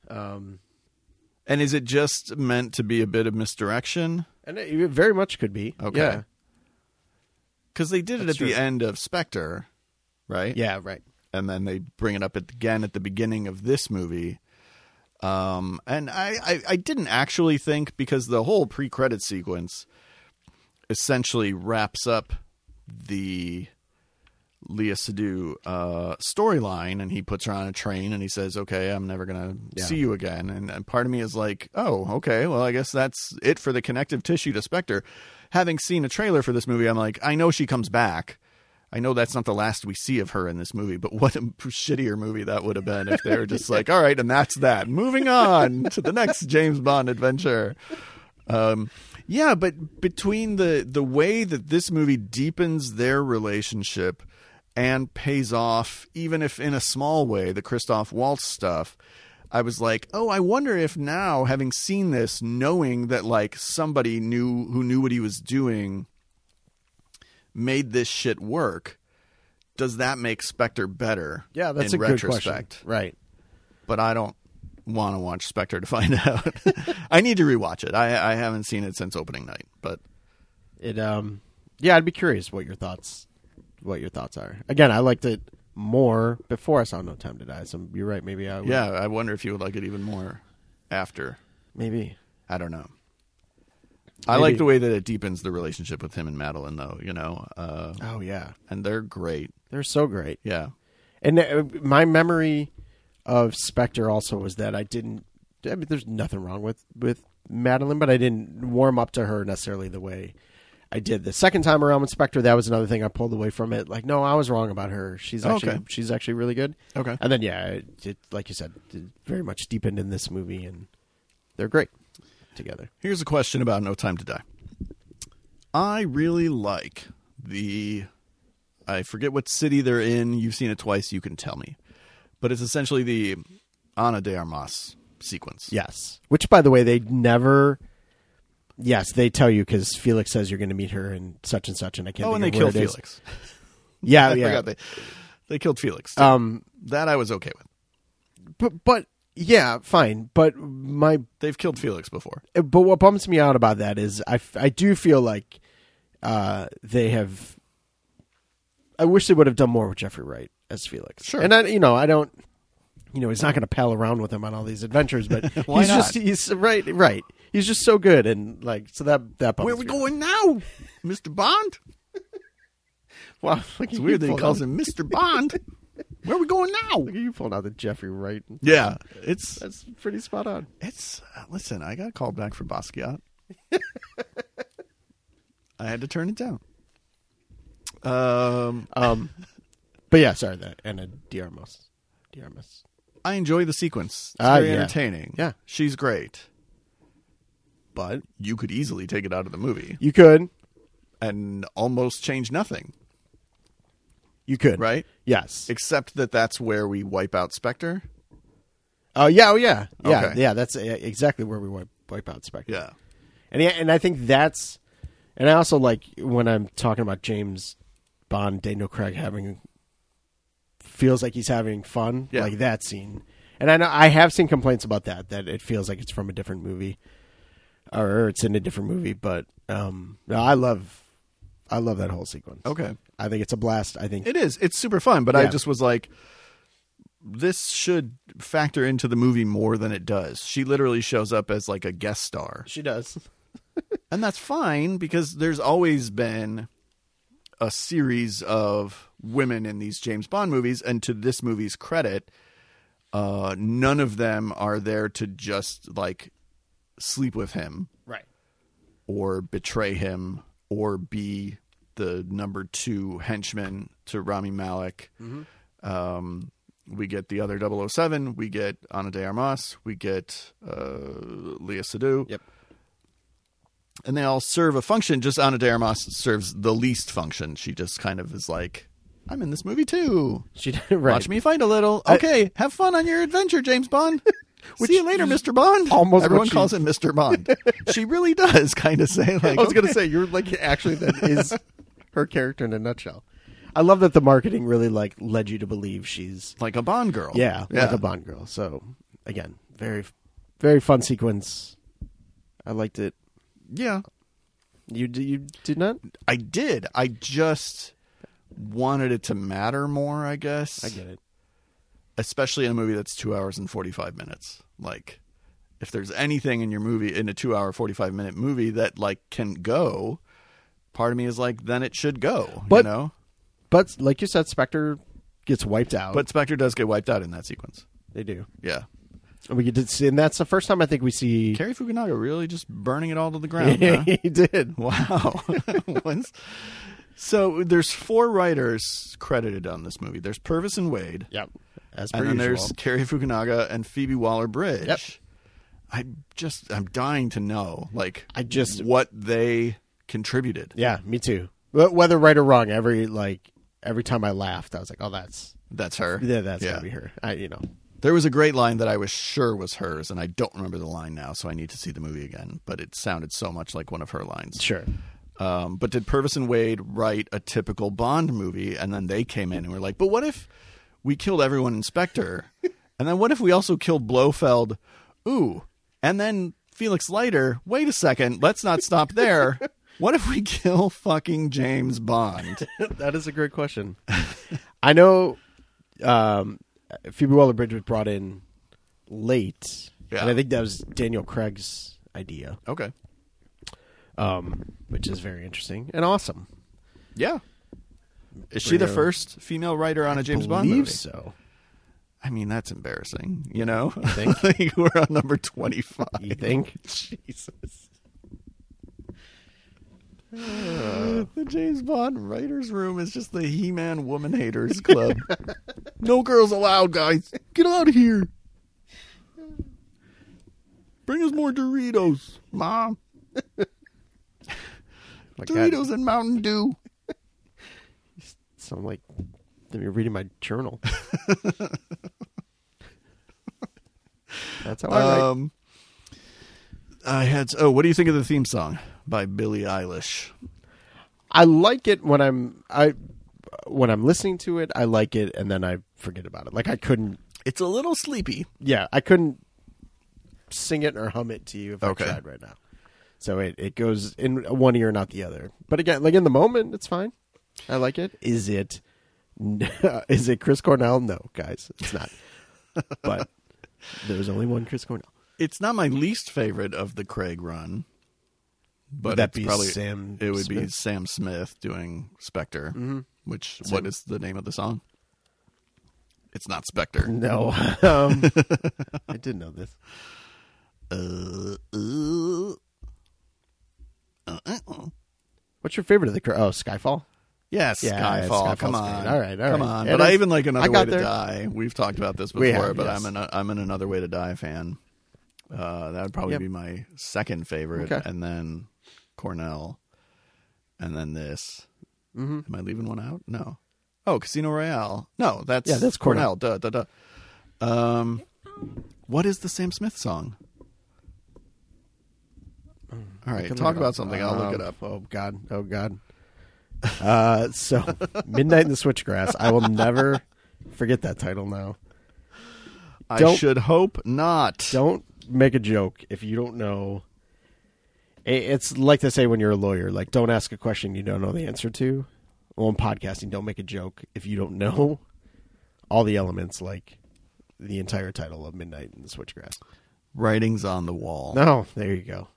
Um, And is it just meant to be a bit of misdirection? and it it very much could be. Okay. Yeah. Because they did it That's at the true. end of Spectre, right? Yeah. Right. and then they bring it up at, again at the beginning of this movie. Um, and I, I, I didn't actually think because the whole pre-credit sequence essentially wraps up the Leah Sadu uh, storyline, and he puts her on a train, and he says, "Okay, I'm never gonna Yeah. see you again." And, and part of me is like, "Oh, okay, well, I guess that's it for the connective tissue to Spectre." Having seen a trailer for this movie, I'm like, "I know she comes back." I know that's not the last we see of her in this movie, but what a shittier movie that would have been if they were just like, all right, and that's that. Moving on to the next James Bond adventure. Um, yeah, but between the the way that this movie deepens their relationship and pays off, even if in a small way, the Christoph Waltz stuff, I was like, oh, I wonder if now, having seen this, knowing that like somebody knew who knew what he was doing made this shit work. Does that make Spectre better? Yeah. That's in a good retrospect? question. Right. but I don't want to watch Spectre to find out. I need to rewatch it. I, I haven't seen it since opening night, but It. Um. Yeah. I'd be curious what your thoughts, what your thoughts are. Again, I liked it more before I saw No Time to Die. So you're right. Maybe I. Would, yeah, I wonder if you would like it even more after. Maybe. I don't know. I like Maybe. the way that it deepens the relationship with him and Madeline, though. You know, uh, Oh yeah. and they're great. They're so great. Yeah, And uh, my memory of Spectre also was that I didn't. I mean, there's nothing wrong with with Madeline, but I didn't warm up to her necessarily the way I did the second time around with Spectre. That was another thing I pulled away from it. Like, no, I was wrong about her. She's Oh, actually okay. she's actually really good. Okay. And then yeah, it, it, like you said, it very much deepened in this movie, and they're great together. Here's a question about No Time to Die. I really like the. I forget what city they're in. You've seen it twice. You can tell me. But it's essentially the Ana de Armas sequence. Yes. Which, by the way, they never. Yes, they tell you because Felix says you're going to meet her and such and such, and I can't. Oh, think and they of what killed it is. Felix. Yeah, I yeah. forgot they, they killed Felix. too. Um, that I was okay with. but but yeah, fine. But my They've killed Felix before. but what bums me out about that is I, f- I do feel like uh they have. I wish they would have done more with Jeffrey Wright as Felix. Sure. and I you know I don't. You know he's not going to pal around with him on all these adventures, but Why he's not? just he's right right. He's just so good and like so that that bums Where are we me out. going now, Mr. Bond? Wow, look It's at weird you that he pulling calls out- him Mr. Bond. Where are we going now? Look at you pulling out the Jeffrey Wright. Yeah, it's That's pretty spot on. It's uh, listen. I got called back for Basquiat. I had to turn it down. Um, Um, but yeah, sorry that and a Diarmos, Diarmos. I enjoy the sequence. It's Ah, very yeah. entertaining. Yeah. she's great. But you could easily take it out of the movie You could, and almost change nothing, you could, right? Yes. Except that that's where we wipe out Spectre. Oh yeah, oh yeah, yeah, Okay. yeah. That's uh, exactly where we wipe, wipe out Spectre. Yeah, and yeah, and I think that's, and I also like when I'm talking about James Bond, Daniel Craig having feels like he's having fun, Yeah. like that scene. And I know I have seen complaints about that that it feels like it's from a different movie, or it's in a different movie. But um, no, I love, I love that whole sequence. Okay. I think it's a blast. I think it is. It's super fun. But I Yeah. just was like, this should factor into the movie more than it does. She literally shows up as like a guest star. she does. And that's fine because there's always been a series of women in these James Bond movies. And to this movie's credit, uh, none of them are there to just like sleep with him Right. or betray him or be the number two henchman to Rami Malek. Um, we get the other 007. We get Ana de Armas. We get uh, Leah Sadu. Yep. And they all serve a function. Just Ana de Armas serves the least function. She just kind of is like, I'm in this movie too. She right. Watch me fight a little. Okay, have fun on your adventure, James Bond. See you later, Mr. Bond. almost what everyone she- calls him Mr. Bond. she really does kind of say like I was gonna say you're like actually that is her character in a nutshell. I love that the marketing really like led you to believe she's like a Bond girl. yeah, like a Bond girl. So again, very very fun sequence. I liked it. Yeah. You d- you did not? I did. I just wanted it to matter more, I guess. it. Especially in a movie that's two hours and forty five minutes. Like if there's anything in your movie in a two hour forty five minute movie that like can go, part of me is like, then it should go. you But- know? But like you said, Spectre gets wiped out. But Spectre does get wiped out in that sequence. they do. Yeah. And we get to see, and that's the first time I think we see. Cary Fukunaga really just burning it all to the ground. huh? he did. Wow. Once- So there's four writers credited on this movie. There's Purvis and Wade. Yep. As per And then usual. there's Terry Fukunaga and Phoebe Waller Bridge. Yep. I just I'm dying to know like I just- what they contributed. Yeah, me too. Wh- Whether right or wrong, every like every time I laughed, I was like, "Oh, that's That's her. yeah, that's Yeah. gonna be her." I, you know, There was a great line that I was sure was hers, and I don't remember the line now, so I need to see the movie again. But it sounded so much like one of her lines. sure. Um, but did Purvis and Wade write a typical Bond movie? And then they came in and were like, but what if we killed everyone in Spectre? and then what if we also killed Blofeld? Ooh. And then Felix Leiter, wait a second, let's not stop there. what if we kill fucking James Bond? that is a great question. I know um, Phoebe Waller-Bridge was brought in late, Yeah. and I think that was Daniel Craig's idea, okay. um, which is very interesting and awesome. Yeah. Is she the Brio. first female writer on a James Bond Believe movie? so. I mean, that's embarrassing, you know? I think? we're on number 25. You think? Jesus. The James Bond writers' room is just the He-Man woman haters club. no girls allowed, guys. Get out of here. Bring us more Doritos, Mom. My God. Doritos and Mountain Dew. So I'm like, then you're reading my journal. That's how I write. Um, I had. Oh, what do you think of the theme song by Billie Eilish? I like it when I'm I when I'm listening to it. I like it, and then I forget about it. Like I couldn't. It's a little sleepy. Yeah, I couldn't sing it or hum it to you if Okay. I tried right now. So it it goes in one ear, not the other. But again, like in the moment, it's fine. I like it. Is it? Is it Chris Cornell? No, guys, it's not. but there's only one Chris Cornell. It's not my least favorite of the Craig run, but Would that it's be probably Sam It would be Smith? Mm-hmm. Sam Smith doing Spectre, which what is the name of the song? It's not Spectre. No, um, I did know this. Uh, uh, uh. What's your favorite of the cr- oh Skyfall? Yeah, Yeah, Skyfall. Skyfall's Come on, great. All right, all come right. on. It But I is- even like I another way got to there. die. We've talked about this We before, have, but yes. I'm an I'm an another way to die fan. Uh, that would probably Yep. be my second favorite, Okay. and then Cornell, and then this. Mm-hmm. Am I leaving one out? No. Oh, Casino Royale. No, that's Yeah, that's Cornell. Duh, duh, duh. Um, what is the Sam Smith song? Mm, All right, talk about something. I'll look it up. Oh God! Oh God! Uh, so midnight in the switchgrass. I will never forget that title. Now, I Don't- should hope not. don't make a joke if you don't know. I- It's like they say when you're a lawyer: like, don't ask a question you don't know the answer to. Well, in podcasting, don't make a joke if you don't know all the elements, like the entire title of Midnight in the Switchgrass. Writings on the wall. No, there you go.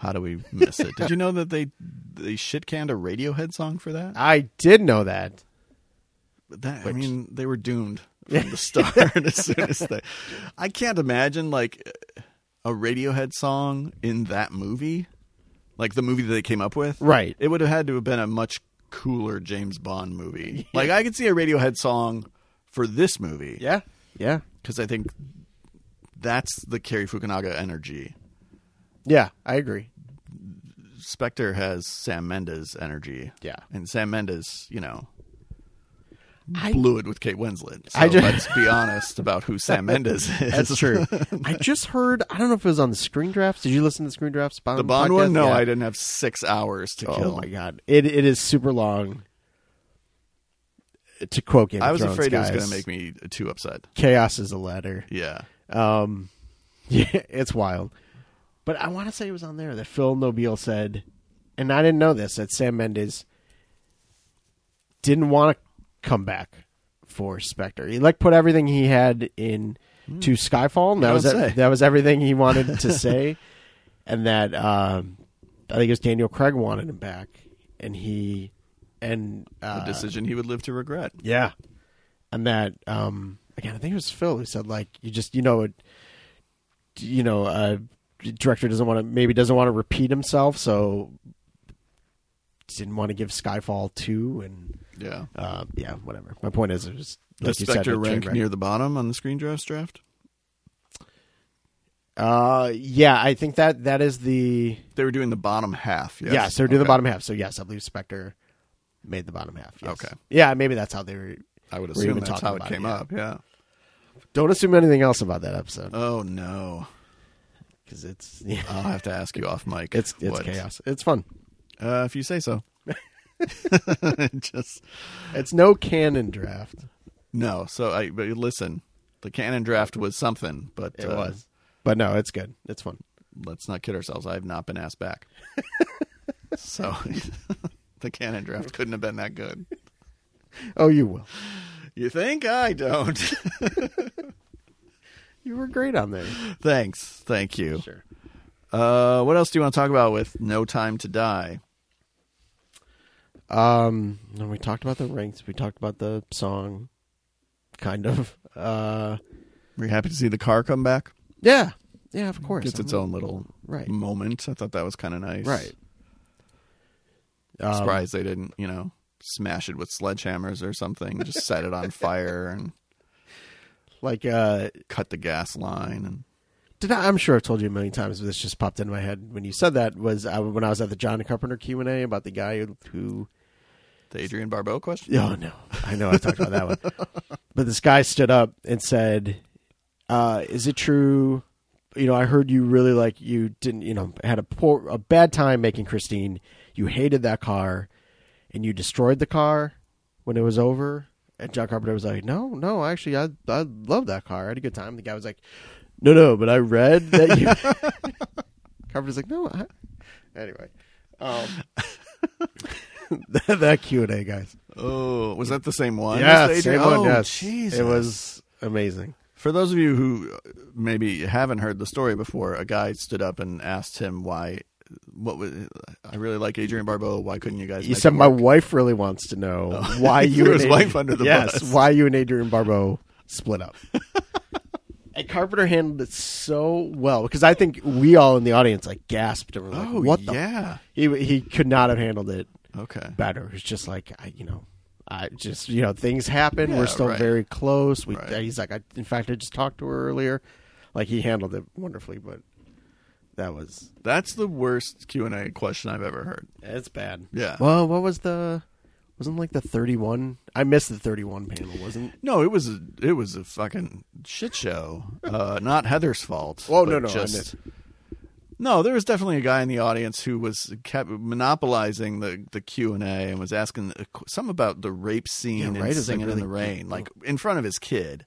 How do we miss it? Did you know that they they shit canned a Radiohead song for that? I did know that. that I mean, they were doomed from the start. as soon as they, I can't imagine like, uh, a Radiohead song in that movie, like the movie that they came up with, Right. It would have had to have been a much cooler James Bond movie. Like I could see a Radiohead song for this movie, Yeah. Yeah. because I think that's the Cary Fukunaga energy. Yeah. I agree. Spectre has Sam Mendes energy, Yeah. and Sam Mendes, you know, I- blew it with Kate Winslet. So I ju- let's be honest about who Sam Mendes is. That's true. I just heard. I don't know if it was on the Screen Drafts. Did you listen to the Screen Drafts? Bond The Bond one? podcast? No, Yeah. I didn't have six hours to Oh kill. my god! It it is super long. To quote Game of I was Thrones, afraid it was guys, going to make me too upset. chaos is a ladder. Yeah. Um, yeah, it's wild. But I want to say it was on there that Phil Nobile said, and I didn't know this that Sam Mendes didn't want to come back for Spectre. He like put everything he had in to Skyfall. And that don't was say. that was everything he wanted to say, and that um, I think it was Daniel Craig wanted him back, and he and A uh, decision he would live to regret. yeah. And that um again, I think it was Phil who said like you just you know it- you know uh director doesn't want to maybe doesn't want to repeat himself, so didn't want to give Skyfall 2 and Yeah. uh yeah, whatever. My point is it was The like you said, a Spectre train rank wreck. near the bottom on the screen drafts draft. Uh yeah, I think that that is the They were doing the bottom half. Yes. yes, yeah, so do the Okay. bottom half. So yes, I believe Spectre made the bottom half. yes. Okay. Yeah, maybe that's how they were I would were assume even that's talking how it about came yeah. up. Yeah. Don't assume anything else about that episode Oh no. because it's yeah, I'll have to ask you off mic. it's it's what- chaos. It's fun. Uh, if you say so. Just It's no canon draft. no. So I but listen. The canon draft was something, but It uh, was. But no, it's good. It's fun. let's not kid ourselves. I have not been asked back. so the canon draft couldn't have been that good. Oh, you will. You think I don't? You were great on there. Thanks. Thank you. Sure. Uh, what else do you want to talk about with No Time to Die? Um, no, we talked about the ranks. We talked about the song, kind of. Uh, Were you happy to see the car come back? yeah, yeah, of course. Gets its own little Right. moment. I thought that was kind of nice. right. Um, Surprised they didn't, you know, smash it with sledgehammers or something. Just set it on fire and Like, uh, cut the gas line. And did I, I'm sure I've told you a million times, but this just popped into my head when you said that. Was I, when I was at the John Carpenter Q and A about the guy who- who the Adrian Barbeau question. Oh no, I know I talked about that one. But this guy stood up and said, uh, "Is it true? You know, I heard you really like you didn't. You know, had a poor, a bad time making Christine. You hated that car, and you destroyed the car when it was over." And John Carpenter was like, "No, no, actually, I I love that car. I had a good time." The guy was like, "No, no, but I read that you." Carpenter's like, "No, I... anyway." Um, that, that Q and A, guys. Oh, was that the same one? Yeah, as the same Adrian- one. Oh, yes, Jesus. it was amazing. For those of you who uh, maybe haven't heard the story before, a guy stood up and asked him why. What was I really like Adrian Barbeau? Why couldn't you guys? You make said it my work?" wife really wants to know why He you Oh. threw and his Adrian, wife under the yes, bus. why you and Adrian Barbeau split up. and Carpenter handled it so well because I think we all in the audience like gasped and were like, Oh, "What the?" yeah. He he could not have handled it okay. better. It's just like I, you know, I just you know things happen. Yeah, We're still right. very close. We Right. he's like, I, in fact, I just talked to her earlier. Like he handled it wonderfully, but that was That's the worst Q and A question I've ever heard. It's bad. Yeah. Well, what was the? Wasn't like the thirty-one? I missed the thirty-one panel. Wasn't? No, it was a, it was a fucking shit show. Uh, not Heather's fault. Oh, but no, no, I just, meant- no. There was definitely a guy in the audience who was kept monopolizing the the Q and A and was asking the- some about the rape scene Yeah, and right, is it singing in really- the rain, like in front of his kid.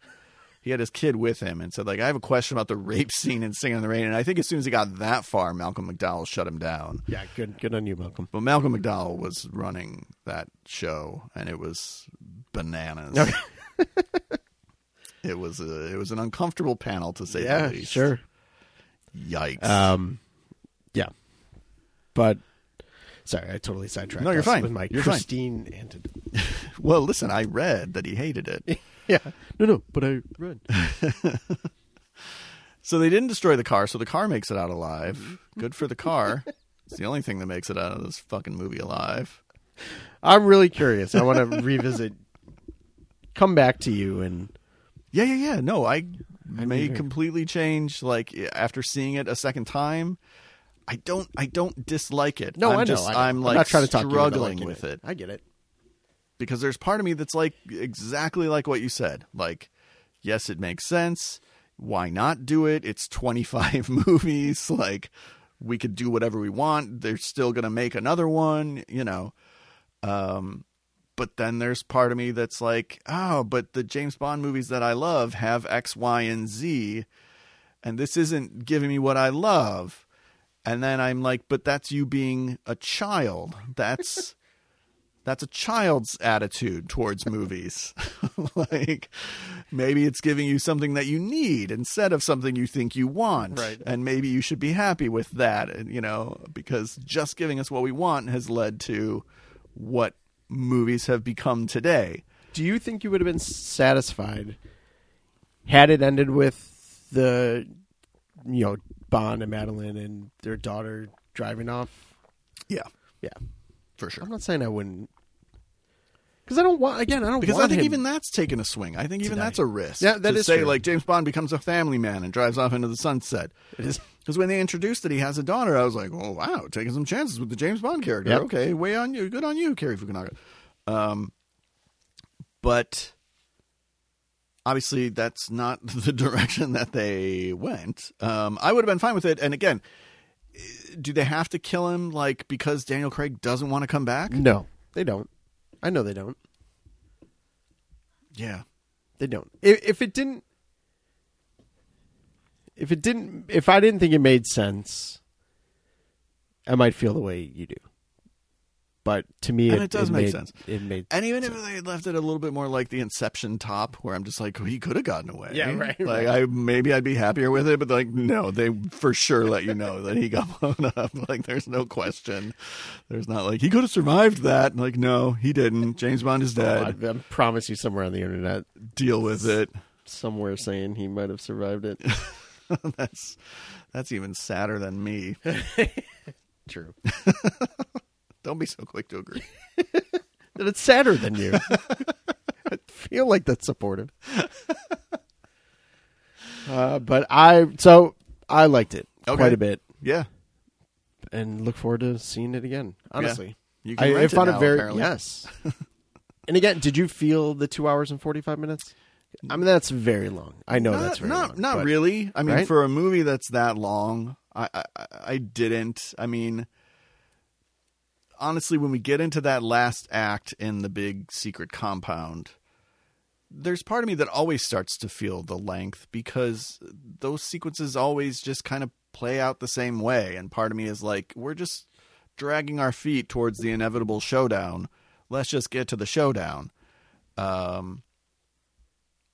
He had his kid with him and said, "Like, I have a question about the rape scene and singing in the rain." And I think as soon as he got that far, Malcolm McDowell shut him down. Yeah. Good. Good on you, Malcolm. But Malcolm McDowell was running that show, and it was bananas. it was a it was an uncomfortable panel to say Yeah. the least. Sure. Yikes. Um. Yeah. But sorry, I totally sidetracked. No, you're us fine. With my You're fine. Christine anted. well, listen, I read that he hated it, yeah. No, no. But I read. So they didn't destroy the car, so the car makes it out alive. Good for the car. it's the only thing that makes it out of this fucking movie alive. I'm really curious. I want to revisit. Come back to you and Yeah, yeah, yeah. No, I may completely change. Like after seeing it a second time, I don't. I don't dislike it. no, I'm I know. Just, I am like am not trying to talk you into struggling liking with it I get it. because there's part of me that's like exactly like what you said. Like, yes, it makes sense. Why not do it? It's 25 movies. Like, we could do whatever we want. They're still going to make another one, you know. Um, but then there's part of me that's like, oh, but the James Bond movies that I love have X, Y, and Z, and this isn't giving me what I love. And then I'm like, but that's you being a child. That's that's a child's attitude towards movies. like maybe it's giving you something that you need instead of something you think you want. Right. And maybe you should be happy with that. And you know, because just giving us what we want has led to what movies have become today. Do you think you would have been satisfied had it ended with the, you know, Bond and Madeline and their daughter driving off? Yeah, Yeah, for sure. I'm not saying I wouldn't, because I don't want. Again, I don't Because I want think him- even that's taking a swing. I think even Today. that's a risk. Yeah, that to is say true. like James Bond becomes a family man and drives off into the sunset. It is- Because when they introduced that he has a daughter, I was like, "Oh wow, taking some chances with the James Bond character." Yep. Okay, way on you, good on you, Cary Fukunaga. Um, but obviously, that's not the direction that they went. Um, I would have been fine with it. And again, eh, do they have to kill him like because Daniel Craig doesn't want to come back? no, they don't. I know they don't. Yeah, They don't. If, if it didn't, if it didn't, if I didn't think it made sense, I might feel the way you do. But to me, And it does make made- sense. It made And even if they had left it a little bit more like the Inception top, where I'm just like, he could have gotten away. Yeah, right, Like, right. I maybe I'd be happier with it, but like, no, they for sure let you know that he got blown up. Like, there's no question. There's not like he could have survived that. Like, no, he didn't. James Bond is I, dead. I promise you, somewhere on the internet, Deal with it. somewhere saying he might have survived it. that's that's even sadder than me. True. Don't be so quick to agree. That it's sadder than you. I feel like that's supportive. Uh, but I so I liked it Okay. quite a bit, Yeah, and look forward to seeing it again. Honestly. you can. I, rent I found it, now, very apparently. yes. and again, did you feel the two hours and forty five minutes? I mean, that's very long. I know not, that's very not long, not but- really. I mean, Right? for a movie that's that long, I, I I- I didn't. I mean, honestly, when we get into that last act in the big secret compound, there's part of me that always starts to feel the length because those sequences always just kind of play out the same way, and part of me is like, we're just dragging our feet towards the inevitable showdown. Let's just get to the showdown. Um,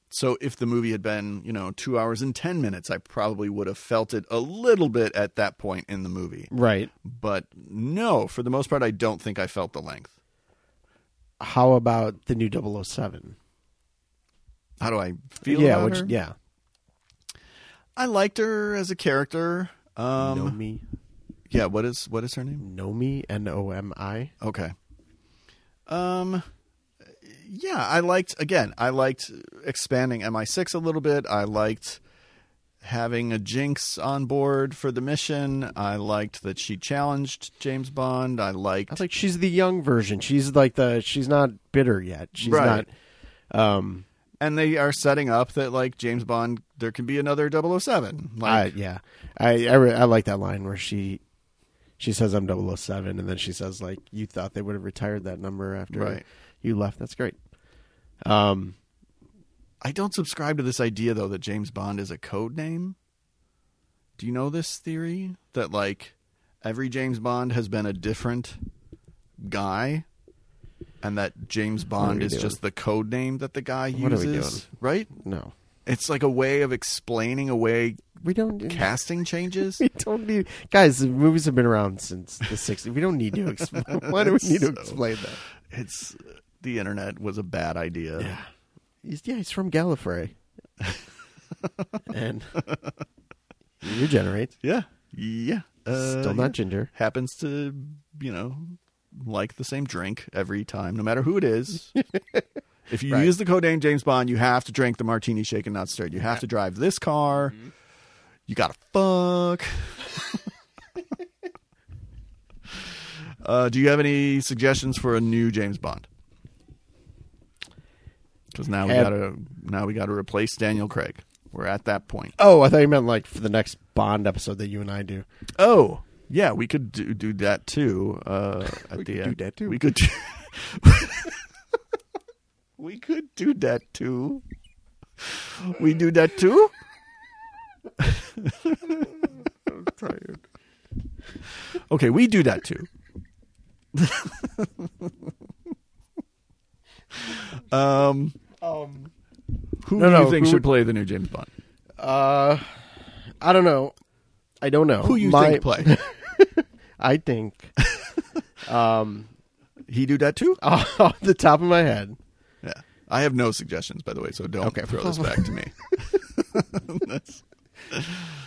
so if the movie had been, you know, two hours and 10 minutes, I probably would have felt it a little bit at that point in the movie. Right. But no, for the most part, I don't think I felt the length. How about the new 007? How do I feel? yeah, about which her? yeah. I liked her as a character. Um, know me, Yeah, what is what is her name? know me, N O M I. Okay. Um yeah, I liked again, I liked expanding MI6 a little bit. I liked having a Jinx on board for the mission. I liked that she challenged James Bond. I liked I was like, she's the young version. She's like the she's not bitter yet. She's Right. not. Um. and they are setting up that like James Bond there can be another 007. Like I, yeah. I I, re- I like that line where she. She says I'm 007 and then she says like you thought they would have retired that number after Right. you left. That's great. Um I don't subscribe to this idea though that James Bond is a code name. Do you know this theory that like every James Bond has been a different guy and that James Bond we is doing? just the code name that the guy uses, What are we right? No, It's like a way of explaining away we don't. casting changes. We don't need guys. The movies have been around since the '60s. We don't need to explain. Why do we need So- to explain that? It's the internet was a bad idea. He's, yeah, he's from Gallifrey, and regenerates. Yeah, yeah. Uh, Still not yeah. ginger. happens to you know like the same drink every time, no matter who it is. if you Right. use the codename James Bond, you have to drink the martini shaken not stirred. You have to drive this car. You gotta fuck. uh, do you have any suggestions for a new James Bond? Because now we Have- gotta now we gotta replace Daniel Craig. We're at that point. Oh, I thought you meant like for the next Bond episode that you and I do. Oh, yeah, we could do, do that too. Uh, at the end. do that too. We could. Do, we could do that too. We do that too. Tired. Okay, we do that too. um, Um, who No, do you no, think who should would- play the new James Bond? uh, I don't know. I don't know Who you My- think play? I think, um, he do that too. off the top of my head, Yeah, I have no suggestions by the way, so don't Okay. throw this back to me. That's-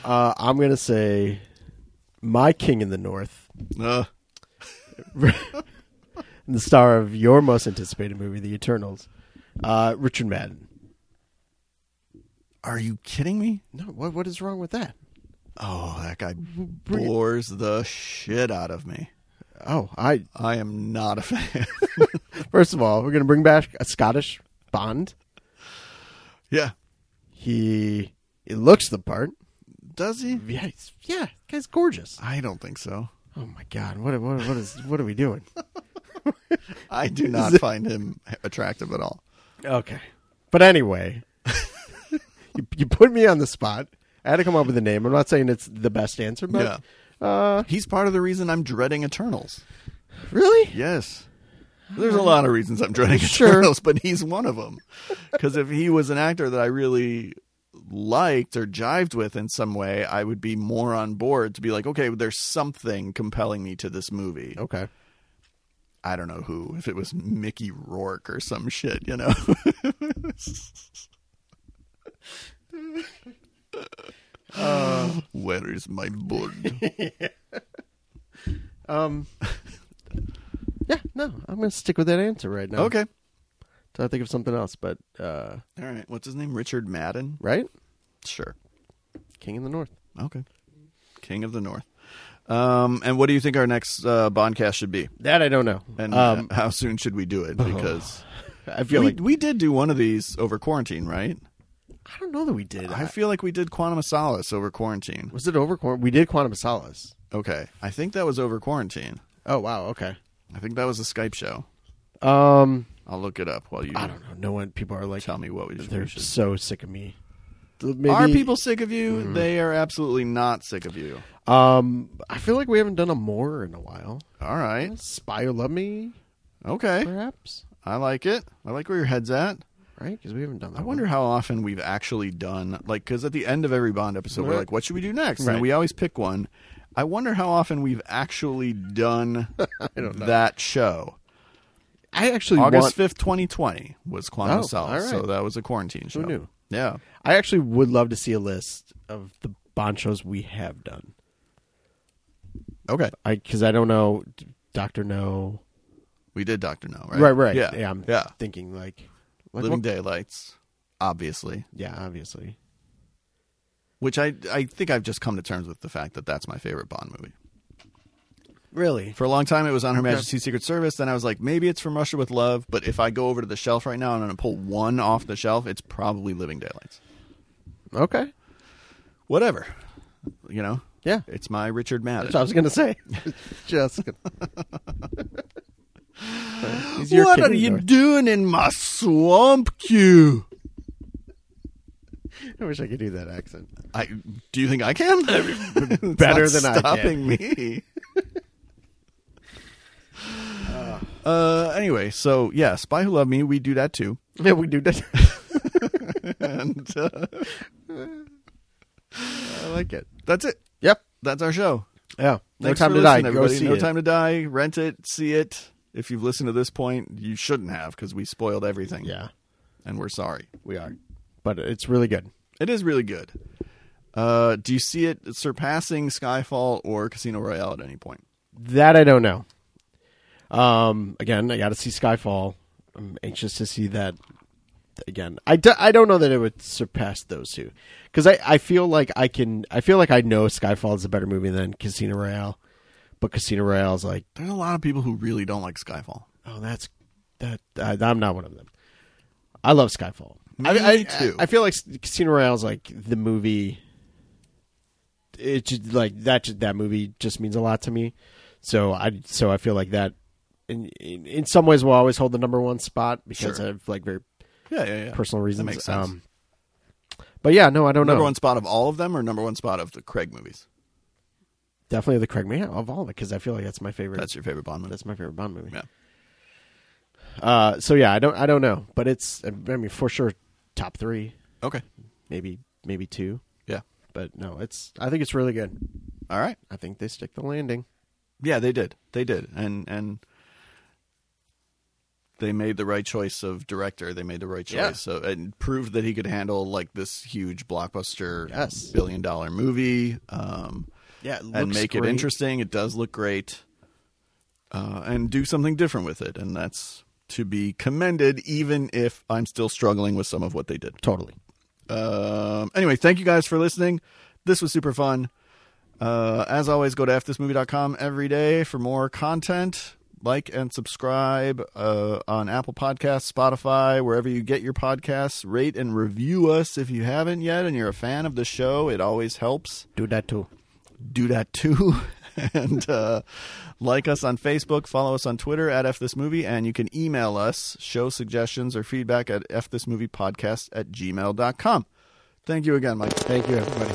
uh, I'm gonna say my king in the north, uh, the star of your most anticipated movie, The Eternals, uh, Richard Madden. are you kidding me? No, what what is wrong with that? Oh, that guy bores the shit out of me. Oh, I I am not a fan. first of all, we're gonna bring back a Scottish Bond. yeah. He he looks the part. Does he? Yeah, he's, yeah, guy's gorgeous. I don't think so. Oh my god, what what what is what are we doing? I do not find him attractive at all. Okay, but anyway, you, you put me on the spot. I had to come up with a name. I'm not saying it's the best answer, but uh, He's part of the reason I'm dreading Eternals. really, Yes. There's a lot of reasons I'm dreading Sure. Eternals, but he's one of them. Because if he was an actor that I really liked or jived with in some way, I would be more on board to be like, okay, there's something compelling me to this movie. okay. I don't know who, if it was Mickey Rourke or some shit, you know? Where is my board? Um, yeah, no, I'm going to stick with that answer right now. okay. till I think of something else, but uh, All right. What's his name? Richard Madden? right, Sure. King in the North. Okay. King of the North. Um, and what do you think our next uh, Bondcast should be? That I don't know. And um, uh, how soon should we do it? Because uh, I feel Oh. we, like we did do one of these over quarantine, right? I don't know that we did. I I, feel like we did Quantum of Solace over quarantine. was it over? quar- We did Quantum of Solace. Okay. I think that was over quarantine. Oh wow, okay. I think that was a Skype show. Um, I'll look it up while you I don't know. No one. People are like, tell me what we should. they're we should- so sick of me. Maybe, Are people sick of you? They are absolutely not sick of you. Um, I feel like we haven't done a more in a while. All right. Spy Who Loved Me, Okay. perhaps. I like it. I like where your head's at. Right? Because we haven't done that. I wonder how often we've actually done like because at the end of every Bond episode we're Right. like, what should we do next? Right. And we always pick one. I wonder how often we've actually done that show. One. I actually August want. fifth, twenty twenty, was Quantum Oh, of Solace, all so right. that was a quarantine show. knew? Yeah, I actually would love to see a list of the Bond shows we have done. okay, I because I don't know, Doctor No. we did Doctor No, right? Right, right. Yeah, yeah I'm yeah. thinking like, like Living what- Daylights, obviously. yeah, obviously. Which I I think I've just come to terms with the fact that that's my favorite Bond movie. Really? For a long time, it was on Her Majesty's Secret Service. Then I was like, maybe it's From Russia with Love. But if I go over to the shelf right now and I'm going to pull one off the shelf, it's probably Living Daylights. Okay. Whatever, you know. Yeah. It's my Richard Madden. That's what I was gonna say. Just. Gonna... He's your what king are in the you north. doing in my swamp queue? I wish I could do that accent. I do you think I can? It's Better not than I can. stopping me. uh, anyway, so yeah, Spy Who Loved Me, we do that too. Yeah, we do that. and uh, I like it. that's it. Yep. That's our show. Yeah. No Thanks time for to die. listening, Go everybody. see no it. time to die. Rent it, see it. If you've listened to this point, you shouldn't have because we spoiled everything. Yeah, and we're sorry. we are. But it's really good. It is really good. Uh, do you see it surpassing Skyfall or Casino Royale at any point? That I don't know. Um, again, I got to see Skyfall. I'm anxious to see that again. I, do, I don't know that it would surpass those two because I, I feel like I can I feel like I know Skyfall is a better movie than Casino Royale, but Casino Royale is like There's a lot of people who really don't like Skyfall. oh that's that I, I'm not one of them. I love Skyfall. Me I, I, too. I feel like Casino Royale is like the movie. It just like that. ju- That movie just means a lot to me. So I so I feel like that. In in, in some ways, will always hold the number one spot because Sure. of like very Yeah, yeah, yeah. personal reasons. um, makes sense. but yeah, no, I don't number know. one spot of all of them, or number one spot of the Craig movies? Definitely the Craig Man of all of it because I feel like that's my favorite. That's your favorite Bond movie. that's my favorite Bond movie. Yeah. Uh, so yeah, I don't I don't know, but it's I mean for sure top three, Okay. maybe maybe two, Yeah. but no, it's I think it's really good. All right. I think they stick the landing. Yeah, they did. They did, and and they made the right choice of director. They made the right choice, Yeah. so and proved that he could handle like this huge blockbuster, Yes. billion dollar movie, um, Yeah, and make it interesting. It does look great, uh, and do something different with it, and that's to be commended. Even if I'm still struggling with some of what they did. Totally. Um, anyway, thank you guys for listening. This was super fun. Uh, as always, go to fthismovie.com every day for more content. Like and subscribe uh, on Apple Podcasts, Spotify, wherever you get your podcasts. Rate and review us if you haven't yet and you're a fan of the show. It always helps Do that too. do that too. and uh, like us on Facebook, follow us on Twitter at F This Movie, and you can email us show suggestions or feedback at F This Movie Podcast at gmail.com. Thank you again, Mike. Thank you, everybody.